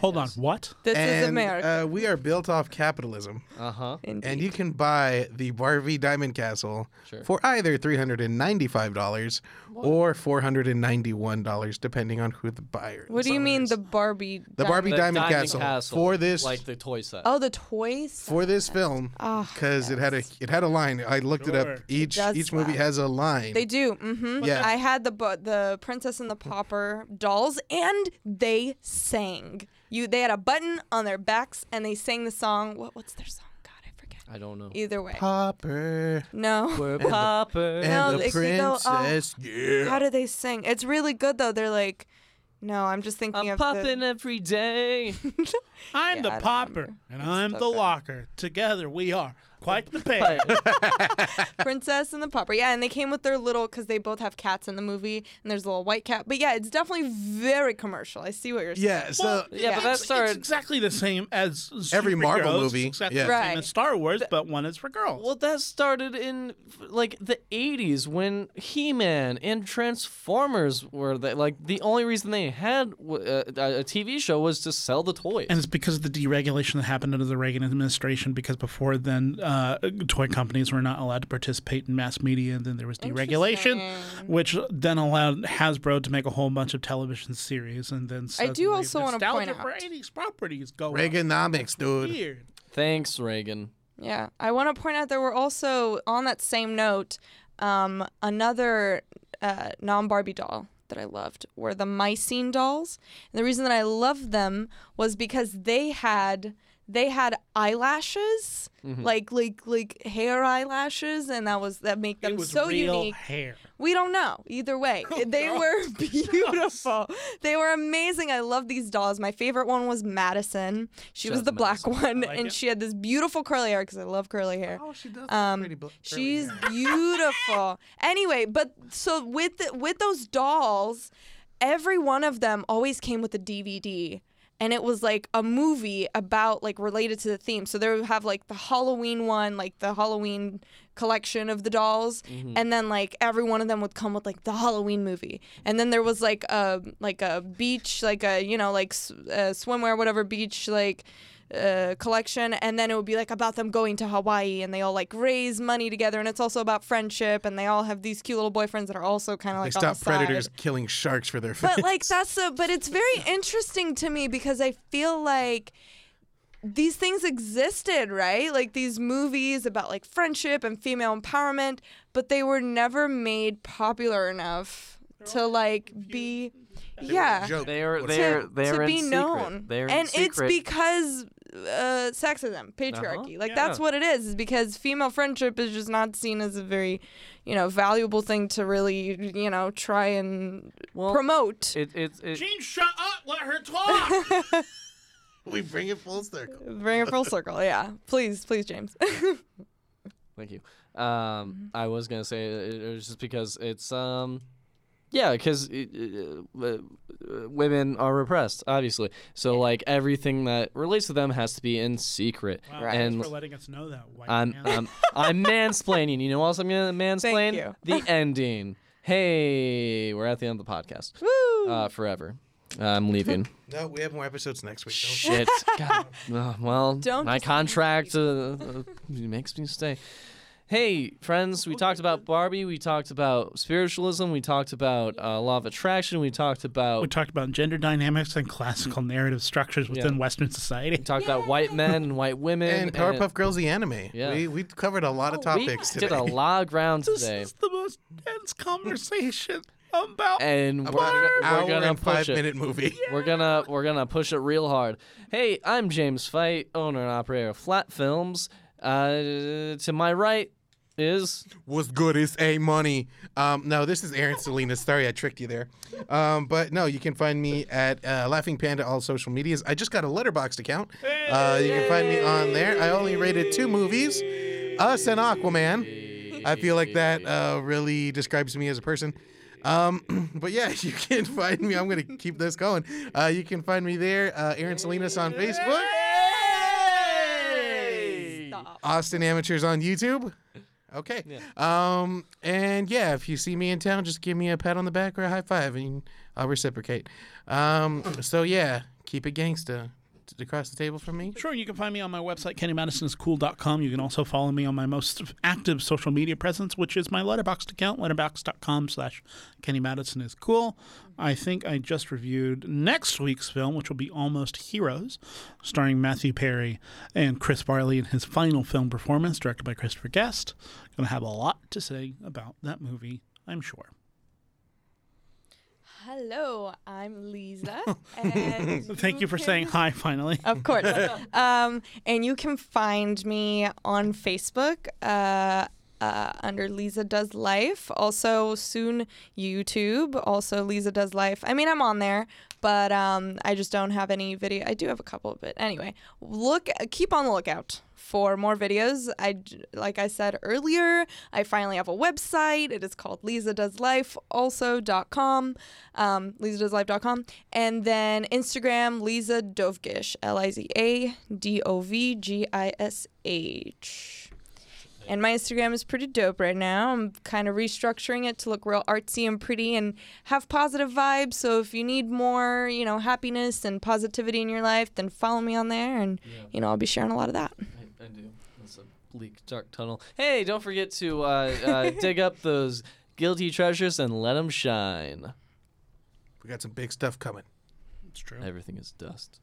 [SPEAKER 5] Hold on, what?
[SPEAKER 3] this is
[SPEAKER 2] and,
[SPEAKER 3] America.
[SPEAKER 2] Uh, we are built off capitalism.
[SPEAKER 4] Uh huh.
[SPEAKER 3] Indeed.
[SPEAKER 2] And you can buy the Barbie Diamond Castle for either $395 or $491, depending on who the buyer is.
[SPEAKER 3] what do you mean the Barbie?
[SPEAKER 2] The Barbie
[SPEAKER 4] The
[SPEAKER 2] Diamond, Castle, for this
[SPEAKER 4] like the toy set.
[SPEAKER 3] Oh, the toys.
[SPEAKER 2] for this film because it had a it had a line. I looked it up.
[SPEAKER 5] Sure.
[SPEAKER 2] Each
[SPEAKER 3] Ah. does
[SPEAKER 2] each movie
[SPEAKER 3] slap.
[SPEAKER 2] has a line.
[SPEAKER 3] They do. Mm-hmm.
[SPEAKER 2] Yeah.
[SPEAKER 3] I had the bu- the Princess and the Pauper dolls, and they sang. You, they had a button on their backs, and they sang the song. What, what's their song? God, I forget.
[SPEAKER 4] I don't know.
[SPEAKER 3] Either way,
[SPEAKER 2] Popper
[SPEAKER 3] no.
[SPEAKER 4] We're popper.
[SPEAKER 2] and
[SPEAKER 3] No,
[SPEAKER 2] the
[SPEAKER 3] it could go, uh,
[SPEAKER 2] princess. yeah.
[SPEAKER 3] How do they sing? It's really good though. They're like, no, I'm just
[SPEAKER 4] I'm
[SPEAKER 3] thinking of
[SPEAKER 4] popping
[SPEAKER 3] the,
[SPEAKER 4] every day.
[SPEAKER 5] I'm
[SPEAKER 3] Yeah, I
[SPEAKER 5] the
[SPEAKER 3] don't
[SPEAKER 5] popper,
[SPEAKER 3] remember.
[SPEAKER 5] and I'm the locker. Together we are quite the pair.
[SPEAKER 3] Princess and the Pauper. Yeah, and they came with their little because they both have cats in the movie, and there's a little white cat. But yeah, it's definitely very commercial. I see what you're saying.
[SPEAKER 2] Yeah, so
[SPEAKER 4] Yeah, but that's
[SPEAKER 5] it's,
[SPEAKER 4] our-
[SPEAKER 5] it's exactly the same as
[SPEAKER 2] Every
[SPEAKER 5] superheroes.
[SPEAKER 2] Marvel
[SPEAKER 5] It's
[SPEAKER 2] movie,
[SPEAKER 5] Exactly
[SPEAKER 2] yeah.
[SPEAKER 5] the same
[SPEAKER 3] Right.
[SPEAKER 5] as Star Wars, but one is for girls.
[SPEAKER 4] Well, that started in like the 80s when He-Man and Transformers were the, like the only reason they had w- uh, a a TV show was to sell the toys.
[SPEAKER 5] And it's because of the deregulation that happened under the Reagan administration. Because before then, uh, toy companies were not allowed to participate in mass media, and then there was deregulation, which then allowed Hasbro to make a whole bunch of television series. And then
[SPEAKER 3] I do
[SPEAKER 5] suddenly
[SPEAKER 3] also wanna point
[SPEAKER 5] nostalgia for
[SPEAKER 3] out-
[SPEAKER 5] '80s properties go
[SPEAKER 2] Reaganomics,
[SPEAKER 5] up
[SPEAKER 2] dude.
[SPEAKER 5] here.
[SPEAKER 4] Thanks, Reagan.
[SPEAKER 3] Yeah, I want to point out there were also on that same note um, another uh, non-Barbie doll that I loved were the Mycene dolls, and the reason that I loved them was because they had they had eyelashes,
[SPEAKER 5] Mm-hmm.
[SPEAKER 3] like like like hair eyelashes, and that was that make them
[SPEAKER 5] It was
[SPEAKER 3] so
[SPEAKER 5] real
[SPEAKER 3] unique.
[SPEAKER 5] hair.
[SPEAKER 3] We don't know. Either way, they were beautiful. They were amazing. I love these dolls. My favorite one was Madison. She was
[SPEAKER 4] out
[SPEAKER 3] the
[SPEAKER 4] to
[SPEAKER 3] black one,
[SPEAKER 5] like
[SPEAKER 3] and
[SPEAKER 5] it.
[SPEAKER 3] she had this beautiful curly hair because I love curly hair.
[SPEAKER 2] Oh, she does.
[SPEAKER 3] Um,
[SPEAKER 2] pretty bl- curly
[SPEAKER 3] She's
[SPEAKER 2] hair.
[SPEAKER 3] beautiful. Anyway, but so with the, with those dolls, every one of them always came with a DVD. And it was like a movie about like related to the theme. So they would have like the Halloween one, like the Halloween collection of the dolls,
[SPEAKER 2] Mm-hmm.
[SPEAKER 3] and then like every one of them would come with like the Halloween movie. And then there was like a like a beach, like a you know like s- uh, swimwear, whatever beach like uh, collection, and then it would be like about them going to Hawaii, and they all like raise money together, and it's also about friendship, and they all have these cute little boyfriends that are also kind of
[SPEAKER 2] They
[SPEAKER 3] like on the
[SPEAKER 2] stop
[SPEAKER 3] side.
[SPEAKER 2] predators killing sharks for their food.
[SPEAKER 3] But like that's a but it's very interesting to me because I feel like these things existed, right? Like these movies about like friendship and female empowerment, but they were never made popular enough to like be yeah
[SPEAKER 2] Joke.
[SPEAKER 4] They're
[SPEAKER 2] What-
[SPEAKER 4] they're
[SPEAKER 3] to,
[SPEAKER 4] they're
[SPEAKER 3] to
[SPEAKER 4] in
[SPEAKER 3] be
[SPEAKER 4] secret.
[SPEAKER 3] known.
[SPEAKER 4] They're in
[SPEAKER 3] and it's
[SPEAKER 4] secret. Uh-huh.
[SPEAKER 3] because uh, sexism, patriarchy. Like that's
[SPEAKER 4] Yeah.
[SPEAKER 3] what it is. Is because female friendship is just not seen as a very, you know, valuable thing to really, you know, try and
[SPEAKER 4] Well,
[SPEAKER 3] promote.
[SPEAKER 4] it, it, it,
[SPEAKER 5] Gene, shut up. Let her talk.
[SPEAKER 2] we bring it full circle.
[SPEAKER 3] Bring it full circle. Yeah, please, please, James.
[SPEAKER 4] Thank you.
[SPEAKER 3] Mm-hmm.
[SPEAKER 4] Um, I was gonna say it, it was just because it's um, yeah, because uh, women are repressed, obviously. So like everything that relates to them has to be in secret.
[SPEAKER 3] Right.
[SPEAKER 4] And
[SPEAKER 5] for letting us know that. White
[SPEAKER 4] I'm
[SPEAKER 5] man.
[SPEAKER 4] I'm I'm mansplaining. You know what else I'm gonna mansplain?
[SPEAKER 3] you.
[SPEAKER 4] The ending. Hey, we're at the end of the podcast.
[SPEAKER 3] Woo!
[SPEAKER 4] Uh, forever. I'm leaving.
[SPEAKER 2] No, we have more episodes next week. Don't-
[SPEAKER 4] Shit. God. Uh, well,
[SPEAKER 3] Don't
[SPEAKER 4] my
[SPEAKER 3] just leave
[SPEAKER 4] contract uh, uh, makes me stay. Hey, friends, we talked about Barbie. We talked about spiritualism. We talked about uh, law of attraction. We talked about
[SPEAKER 5] we
[SPEAKER 4] we
[SPEAKER 5] talked about gender dynamics and classical narrative structures within Western society.
[SPEAKER 4] talked about white men and white women.
[SPEAKER 2] And Powerpuff Girls, the anime.
[SPEAKER 4] Yeah. Oh,
[SPEAKER 2] We, we covered a lot of
[SPEAKER 4] we
[SPEAKER 2] topics
[SPEAKER 4] did
[SPEAKER 2] today.
[SPEAKER 4] a lot of ground
[SPEAKER 5] This
[SPEAKER 4] today,
[SPEAKER 5] is the most dense conversation about
[SPEAKER 4] and we're,
[SPEAKER 2] About an
[SPEAKER 4] gonna-
[SPEAKER 2] hour
[SPEAKER 4] we're gonna
[SPEAKER 2] and
[SPEAKER 4] push
[SPEAKER 2] five
[SPEAKER 4] it.
[SPEAKER 2] minute movie.
[SPEAKER 4] We're gonna we're gonna push it real hard. Hey, I'm James Fight, owner and operator of Flat Films. Uh, to my right, is
[SPEAKER 2] What's good is A Money. Um, no, this is Aaron Salinas. Sorry, I tricked you there. Um, but no, you can find me at uh, Laughing Panda all social medias. I just got a Letterboxd account. Uh, you can find me on there. I only rated two movies, Us and Aquaman. I feel like that uh, really describes me as a person. Um, but yeah, you can find me. I'm gonna keep this going. Uh, you can find me there, uh, Aaron Salinas on Facebook,
[SPEAKER 3] Stop.
[SPEAKER 2] Austin Amateurs on YouTube. Okay. Um, and yeah, if you see me in town, just give me a pat on the back or a high five, and I'll reciprocate. Um, so yeah, keep it gangsta. T- Across the table from me.
[SPEAKER 5] Sure, you can find me on my website, kennymadisoniscool.com. You can also follow me on my most active social media presence, which is my Letterboxd account, letterboxd.com slash Kenny Madison is cool. I think I just reviewed next week's film, which will be Almost Heroes, starring Matthew Perry and Chris Farley in his final film performance, directed by Christopher Guest. Gonna have a lot to say about that movie, I'm sure.
[SPEAKER 3] Hello, I'm Lisa. And
[SPEAKER 5] Thank you for
[SPEAKER 3] can-
[SPEAKER 5] saying hi finally.
[SPEAKER 3] Of course. um, and you can find me on Facebook uh, uh, under Lisa Does Life. Also, soon YouTube. Also, Lisa Does Life. I mean, I'm on there, but um, I just don't have any video. I do have a couple, but anyway, look, keep on the lookout for more videos. I j- like I said earlier, I finally have a website. It is called Lisa Does Life also.com, um, lisadoeslife.com, and then Instagram Lisa Dovgish, L I Z A D O V G I S H. And my Instagram is pretty dope right now. I'm kind of restructuring it to look real artsy and pretty and have positive vibes. So if you need more, you know, happiness and positivity in your life, then follow me on there and, you know, I'll be sharing a lot of that.
[SPEAKER 4] I, I do. It's a bleak, dark tunnel. Hey, don't forget to uh, uh, dig up those guilty treasures and let them shine.
[SPEAKER 2] We got some big stuff coming.
[SPEAKER 5] It's true.
[SPEAKER 4] Everything is dust.